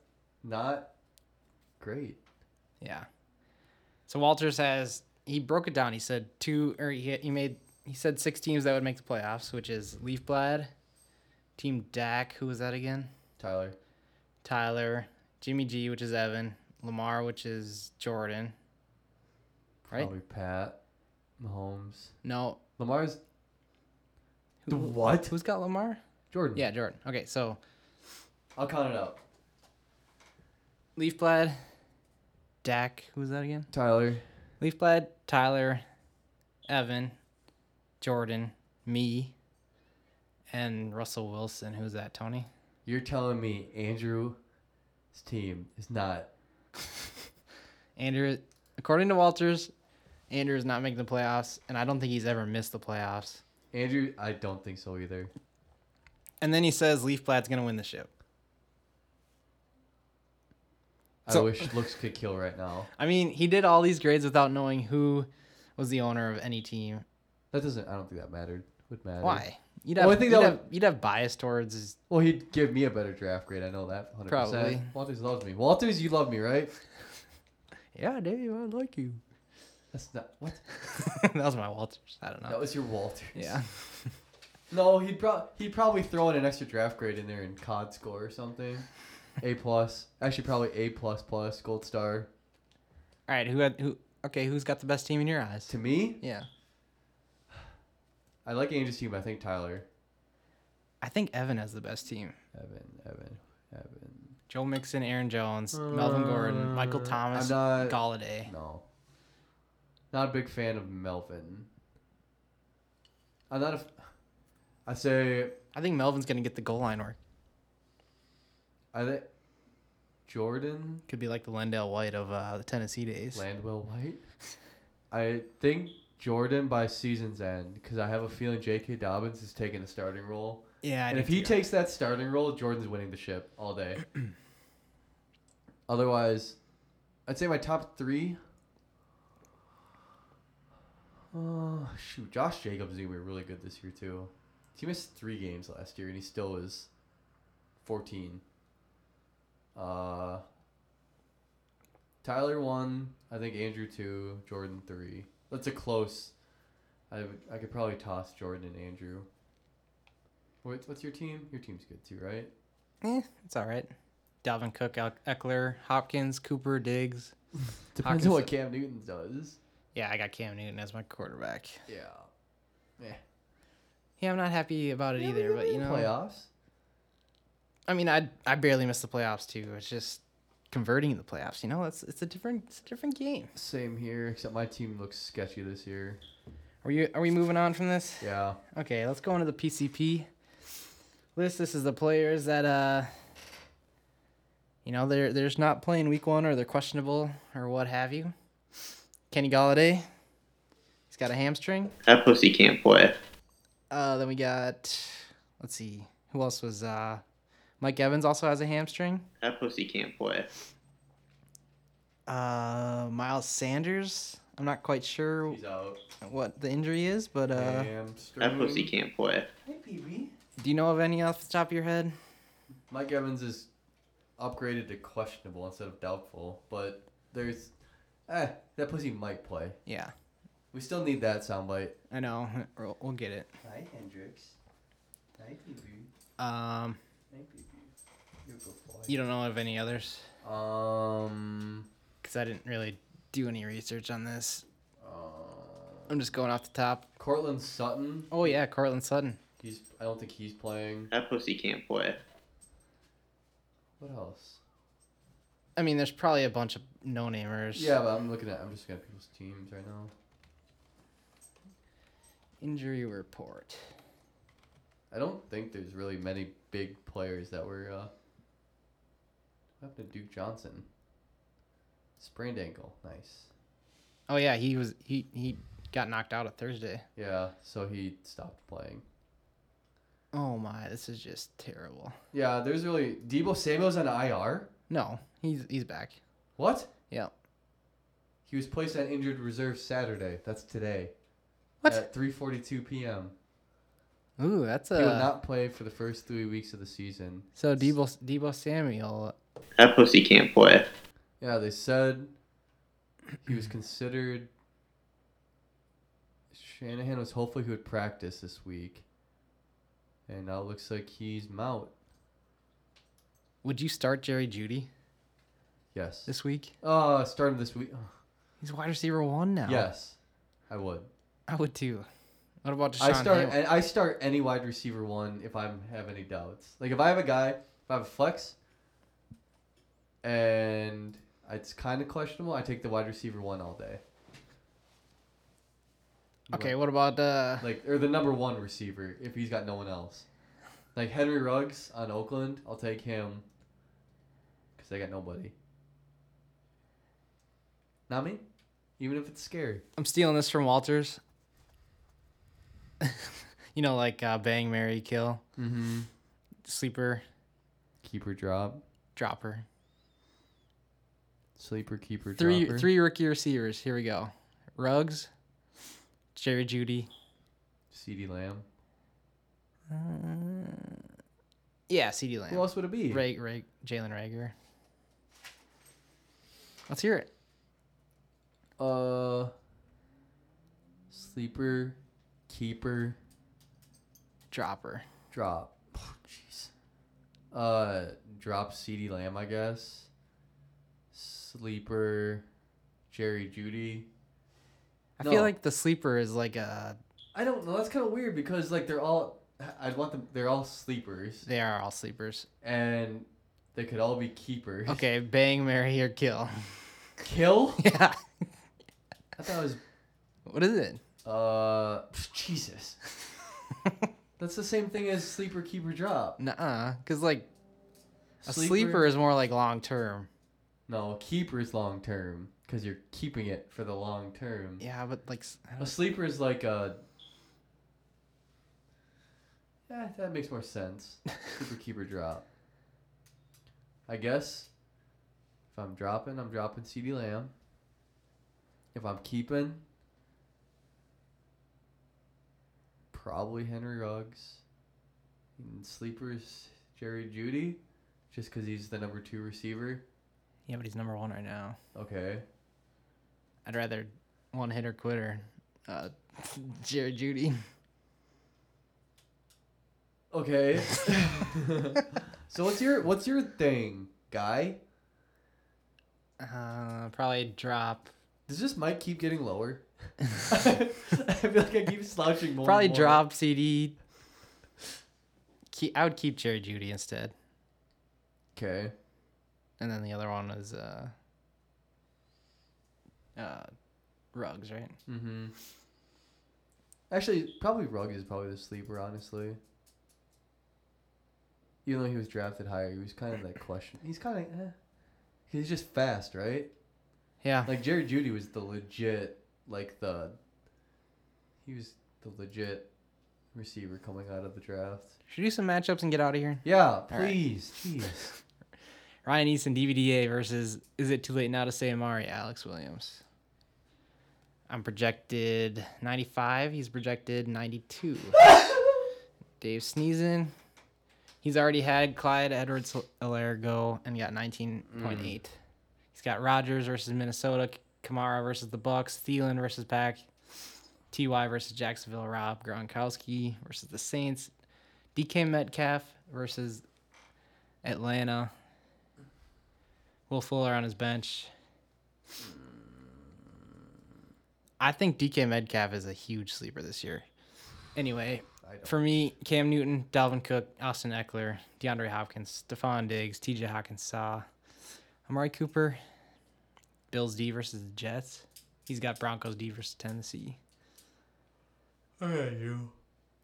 not great. Yeah. So Walters has he broke it down. He said two or he he made he said six teams that would make the playoffs, which is Leafblad, Team Dak, who was that again? Tyler. Tyler, Jimmy G, which is Evan, Lamar, which is Jordan. Right? Probably Pat. Mahomes. No. Lamar's. Who, what? Who's got Lamar? Jordan. Yeah, Jordan. Okay, so I'll count it out. Leafblad, Dak, who was that again? Tyler. Leafblad, Tyler, Evan, Jordan, me, and Russell Wilson. Who's that, Tony? You're telling me Andrew's team is not Andrew, according to Walters, Andrew is not making the playoffs, and I don't think he's ever missed the playoffs. Andrew? I don't think so either. And then he says Leafblad's gonna win the ship. I So- wish looks could kill right now. I mean, he did all these grades without knowing who was the owner of any team. That doesn't. I don't think that mattered. Would matter. Why? You'd have, Well, I think you'd, that have, would- you'd have bias towards. his- Well, he'd give me a better draft grade. I know that. 100%. Probably. Walters loves me. Walters, you love me, right? Yeah, Dave, I like you. That's not what. that was my Walters. I don't know. That was your Walters. yeah. No, he'd pro- he'd probably throw in an extra draft grade in there in COD score or something. A plus. Actually, probably A plus plus gold star. All right. Who had who? Okay, who's got the best team in your eyes? To me, Yeah, I like Andrew's team. I think Tyler, I think Evan has the best team. Evan, Evan, Evan. Joe Mixon, Aaron Jones, Melvin Gordon, Michael Thomas, I'm not- Galladay. No. Not a big fan of Melvin. I'm not a. f- I say I think Melvin's gonna get the goal line work. I think Jordan Could be like the Lendell White of uh, the Tennessee days. Landwell White. I think Jordan by season's end because I have a feeling J.K. Dobbins is taking a starting role, Yeah, I and do if he too. takes that starting role, Jordan's winning the ship all day. Otherwise, I'd say my top three. Oh shoot, Josh Jacobs is gonna be really good this year too. He missed three games last year, and he still was fourteen. Uh, Tyler one, I think Andrew two, Jordan three. That's a close. I would, I could probably toss Jordan and Andrew. What, what's your team? Your team's good too, right? eh, it's all right. Dalvin Cook, Al- Eckler, Hopkins, Cooper, Diggs. Depends Hawkinson. on what Cam Newton does. Yeah, I got Cam Newton as my quarterback. Yeah. Yeah. Yeah, I'm not happy about it either, but you know, playoffs. I mean, I I barely missed the playoffs too. It's just converting the playoffs. You know, it's it's a different it's a different game. Same here, except my team looks sketchy this year. Are you are we moving on from this? Yeah. Okay, let's go into the PCP list. This is the players that uh you know they're they're just not playing week one or they're questionable or what have you. Kenny Galladay. He's got a hamstring. That pussy can't play. Uh then we got let's see, who else was uh Mike Evans also has a hamstring. That pussy can't play. Uh Miles Sanders. I'm not quite sure He's out. what the injury is, but uh Mm-hmm. That pussy can't play. do you know of any off the top of your head? Mike Evans is upgraded to questionable instead of doubtful, but there's, eh, that pussy might play. Yeah, We still need that soundbite. I know. We'll, we'll get it. Hi Hendrix. Hi BB. Um, Hi BB. You're a good boy. you don't know of any others? Um, because I didn't really do any research on this. Um, I'm just going off the top. Cortland Sutton. Oh yeah, Cortland Sutton. He's. I don't think he's playing. That pussy can't play. What else? I mean, there's probably a bunch of no namers. Yeah, but I'm looking at. I'm just looking at people's teams right now. Injury report. I don't think there's really many big players that were. Uh, what happened to Duke Johnson? Sprained ankle. Nice. Oh yeah, he was he he got knocked out at Thursday. Yeah, so he stopped playing. Oh my, this is just terrible. Yeah, there's really Debo Samuel's on IR. No, he's he's back. What? Yeah. He was placed on injured reserve Saturday. That's today. What? At 3:42 p.m. Ooh, that's he will a not play for the first three weeks of the season. so Debo Debo Samuel. That pussy can't play. Yeah, they said he was considered. Shanahan was hopeful he would practice this week, and now it looks like he's out. Would you start Jerry Judy Yes. this week? uh, starting this week. Ugh, He's wide receiver one now. Yes, I would. I would too. What about Deshaun? I start. Hamilton? and I start any wide receiver one if I have any doubts. Like if I have a guy, if I have a flex, and it's kind of questionable, I take the wide receiver one all day. okay, what about uh? Like or the number one receiver if he's got no one else. Like Henry Ruggs on Oakland, I'll take him. Cause they got nobody. Not me. Even if it's scary. I'm stealing this from Walters. you know, like uh, Bang Mary Kill, Mm-hmm. sleeper Keeper drop. dropper. Sleeper keeper Three dropper. three rookie receivers. Here we go. Ruggs, Jerry Judy. CD Lamb. Yeah, C.D. Who Lamb. else would it be? Ray, Ray, Jalen Rager. Let's hear it. Uh, sleeper, keeper, Dropper. drop. Oh, Jeez. uh, drop CD Lamb, I guess. Sleeper, Jerry Judy. I No. feel like the sleeper is like a. I don't know. That's kind of weird because like they're all. I'd want them. They're all sleepers, They are all sleepers. and they could all be keepers. Okay, bang, marry, or kill. Kill. yeah. I thought it What is it? was. Uh, Jesus. That's the same thing as sleeper, keeper, drop. Nuh-uh. Because, like, a sleeper is more like long term. No, keeper is long term because you're keeping it for the long term. Yeah, but, like, s- I A don't- sleeper is like a. Yeah, eh, that makes more sense. Sleeper keeper drop. I guess if I'm dropping, I'm dropping CD Lamb. If I'm keeping, probably Henry Ruggs. And sleepers Jerry Judy, just because he's the number two receiver. yeah, but he's number one right now. Okay. I'd rather one hitter quitter. Uh, Jared Judy. Okay. so what's your what's your thing, guy? Uh, probably drop. Does this mic keep getting lower? I feel like I keep slouching more. and Probably more. drop CD. Keep, I would keep Jared Judy instead. Okay. And then the other one is uh, uh, Rugs, right? Mm-hmm. Actually, probably Rugg is probably the sleeper, honestly. Even though he was drafted higher, he was kind of that question. He's kind of, eh. he's just fast, right? Yeah. Like Jerry Judy was the legit, like the. He was the legit receiver coming out of the draft. Should we do some matchups and get out of here. Yeah, right. please, jeez. Ryan Easton DVDA versus Is It Too Late Now to Say Amari, Alex Williams. I'm projected 95. He's projected 92. Dave sneezing. He's already had Clyde Edwards Alaire go and got 19.8. He's got Rogers versus Minnesota, Kamara versus the Bucks, Thielen versus Pack, Ty versus Jacksonville, Rob Gronkowski versus the Saints, DK Metcalf versus Atlanta. Will Fuller on his bench. Mm. I think DK Metcalf is a huge sleeper this year. Anyway, for me, Cam Newton, Dalvin Cook, Austin Eckler, DeAndre Hopkins, Stephon Diggs, TJ Hawkinsaw, Amari Cooper, Bills D versus the Jets. He's got Broncos D versus Tennessee. I got you.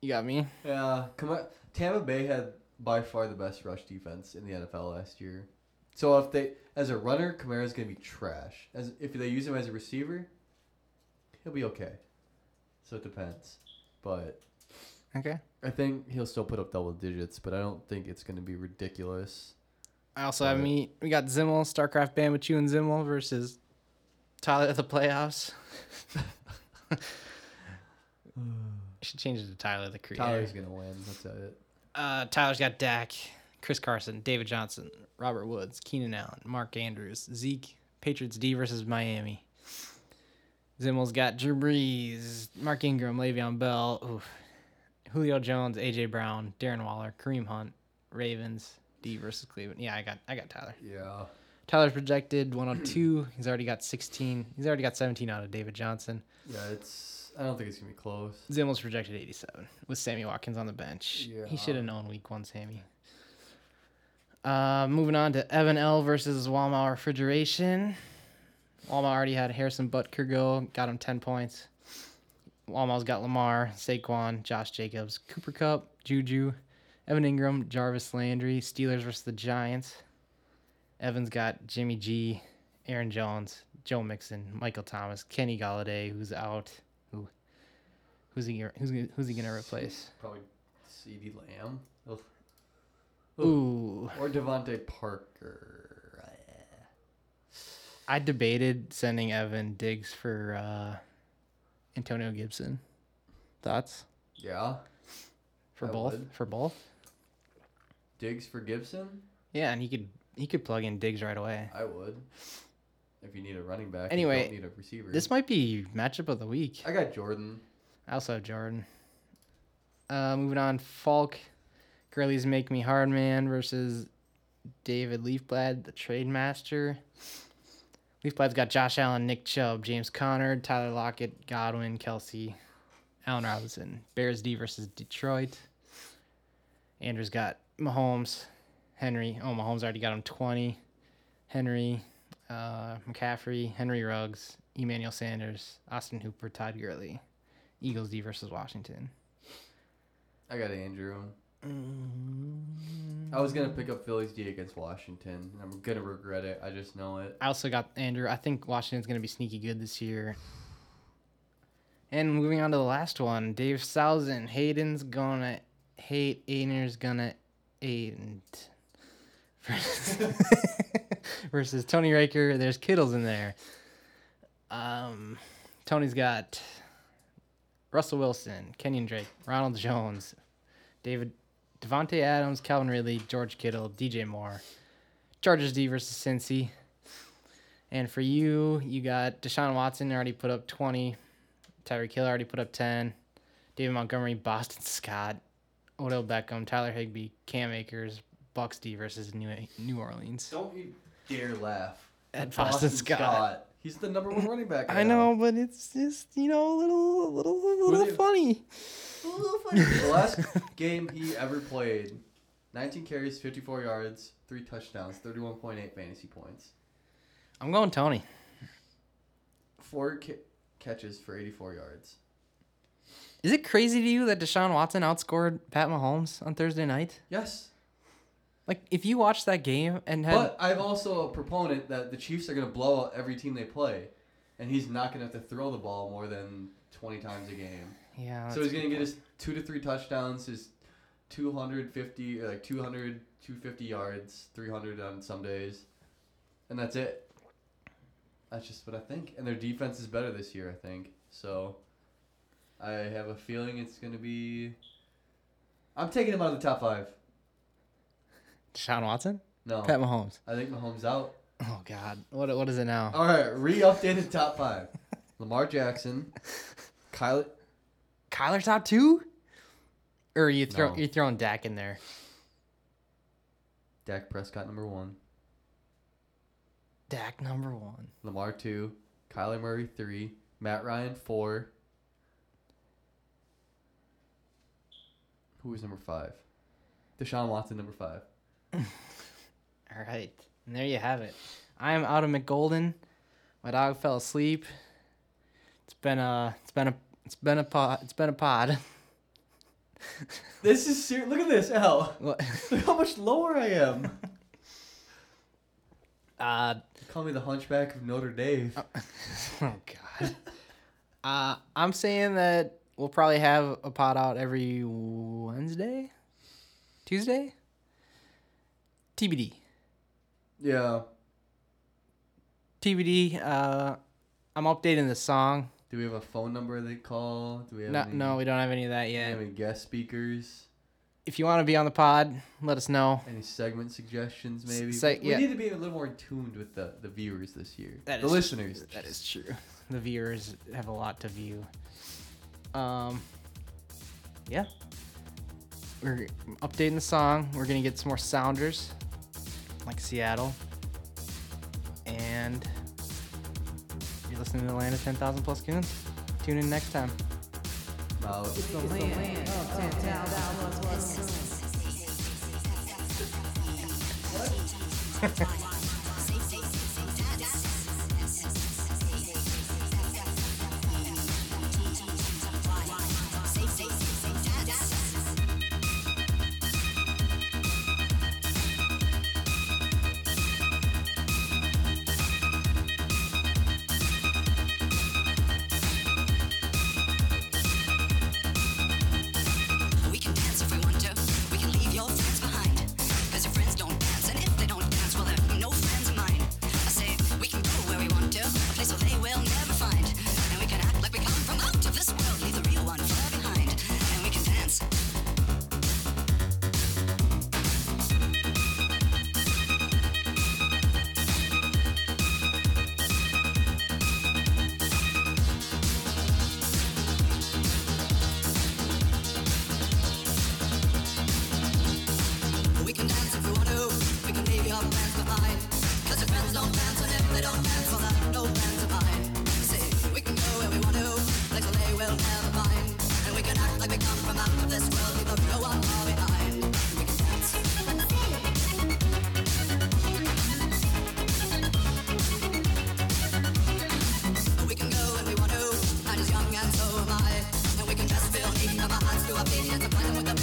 You got me? Yeah, come on. Tampa Bay had by far the best rush defense in the NFL last year. So if they, as a runner, Kamara's gonna be trash. As if they use him as a receiver, he'll be okay. So it depends, but Okay. I think he'll still put up double digits. But I don't think it's gonna be ridiculous. I also have me. We got Zimmel, Starcraft Band with you and Zimmel versus Tyler at the playoffs. should change it to Tyler the Creator. Tyler's gonna win. That's it. Uh, Tyler's got Dak, Chris Carson, David Johnson, Robert Woods, Keenan Allen, Mark Andrews, Zeke, Patriots D versus Miami. Zimmel's got Drew Brees, Mark Ingram, Le'Veon Bell, oof, Julio Jones, AJ Brown, Darren Waller, Kareem Hunt, Ravens D versus Cleveland. Yeah, I got I got Tyler. Yeah. Tyler's projected 102. He's already got 16. He's already got 17 out of David Johnson. Yeah, it's. I don't think it's gonna be close. Zimmel's projected 87 with Sammy Watkins on the bench. He should have known week one, Sammy. Uh, moving on to Evan L versus Walmart Refrigeration. Walmart already had Harrison Butker go, got him 10 points. Walmart's got Lamar, Saquon, Josh Jacobs, Cooper Cup, Juju, Evan Ingram, Jarvis Landry, Steelers versus the Giants. Evan's got Jimmy G, Aaron Jones, Joe Mixon, Michael Thomas, Kenny Galladay, who's out. Who, who's he? Who's he- who's he gonna replace? Probably C.D. Lamb. Ugh. Ooh, Or Devontae Parker. I debated sending Evan Diggs for uh, Antonio Gibson. Thoughts Yeah. for I both? would. For both? Diggs for Gibson. Yeah, and he could he could plug in Diggs right away. I would. If you need a running back, Anyway, you don't need a receiver. This might be matchup of the week. I got Jordan. I also have Jordan. Uh, moving on, Falk, Gurley's Make Me Hard Man versus David Leafblad, the trade master. Leafblad's got Josh Allen, Nick Chubb, James Conner, Tyler Lockett, Godwin, Kelsey, Allen Robinson. Bears D versus Detroit. Andrew's got Mahomes, Henry. Oh, Mahomes already got him 20. Henry, uh, McCaffrey, Henry Ruggs, Emmanuel Sanders, Austin Hooper, Todd Gurley. Eagles D versus Washington. I got Andrew. Mm. I was gonna pick up Phillies D against Washington, and I'm gonna regret it. I just know it. I also got Andrew. I think Washington's going to be sneaky good this year. And moving on to the last one, Dave Sousen. Hayden's gonna hate. Ainer's gonna Aiden. Versus, versus Tony Raker. There's Kittles in there. Um, Tony's got Russell Wilson, Kenyon Drake, Ronald Jones, David Devonte Adams, Calvin Ridley, George Kittle, DJ Moore. Chargers D versus Cincy. And for you, you got Deshaun Watson already put up 20. Tyreek Hill already put up 10. David Montgomery, Boston Scott, Odell Beckham, Tyler Higbee, Cam Akers, Bucks D versus New, New Orleans. Don't you dare laugh At Boston Scott. He's the number one running back. I now. know, but it's just, you know, a little, a little, a Who little they- funny. the last game he ever played, 19 carries, 54 yards, three touchdowns, 31.8 fantasy points, I'm going Tony. four ca- catches for 84 yards. Is it crazy to you that Deshaun Watson outscored Pat Mahomes on Thursday night? Yes, Like, if you watched that game and had. but I'm also a proponent that the Chiefs are going to blow out every team they play, and he's not going to have to throw the ball more than 20 times a game. yeah. so that's- he's going to get his two to three touchdowns, his 250 or like 200, 250 yards, 300 on some days, and that's it. That's just what I think. And their defense is better this year, I think. So I have a feeling it's going to be. I'm taking him out of the top five. Deshaun Watson? No, Pat Mahomes. I think Mahomes out. Oh, God. What, what is it now? All right, re-updated top five: Lamar Jackson, Kyler. Kyler top two? Or you throw No. you're throwing Dak in there. Dak Prescott number one. Stack number one. Lamar two, Kyler Murray three, Matt Ryan four. Who was number five? Deshaun Watson number five. All right. And there you have it. I am out of McGolden. My dog fell asleep. It's been a it's been a it's been a pod it's been a pod. This is serious. Look at this, L. What- Look how much lower I am. uh Call me the Hunchback of Notre Dame. oh god. Uh I'm saying that we'll probably have a pod out every Wednesday? Tuesday? TBD. Yeah. TBD, uh I'm updating the song. Do we have a phone number they call? Do we have No, any, no, we don't have any of that do we yet. have any guest speakers? If you want to be on the pod, let us know. Any segment suggestions maybe? seg- we yeah. need to be a little more in tuned with the, the viewers this year. That the is- listeners. That is true. The viewers have a lot to view. Um, yeah. We're updating the song. We're gonna get some more sounders, like Seattle. And you're listening to Land of Ten Thousand Plus Coons. Tune in next time. Now, We can dance if we want to. We can leave your friends behind. Cause your friends don't dance, and if they don't dance, well, they're no friends of mine. I say we can go where we want to, a place where they will never find. And we can act like we come from out of this world, leave the real one far behind. And we can dance. We can dance if we want to. We can leave your friends behind. Cause your friends don't dance, and if they don't dance, well, they're no friends of mine. See, we can go where we want to, like they will never find. And we can act like we come from out of this world, leave the no one far behind. We can dance. We can go where we want to. I'm as young and so am I. And we can just feel neat, have our hands to our feet, and find out what the Oh,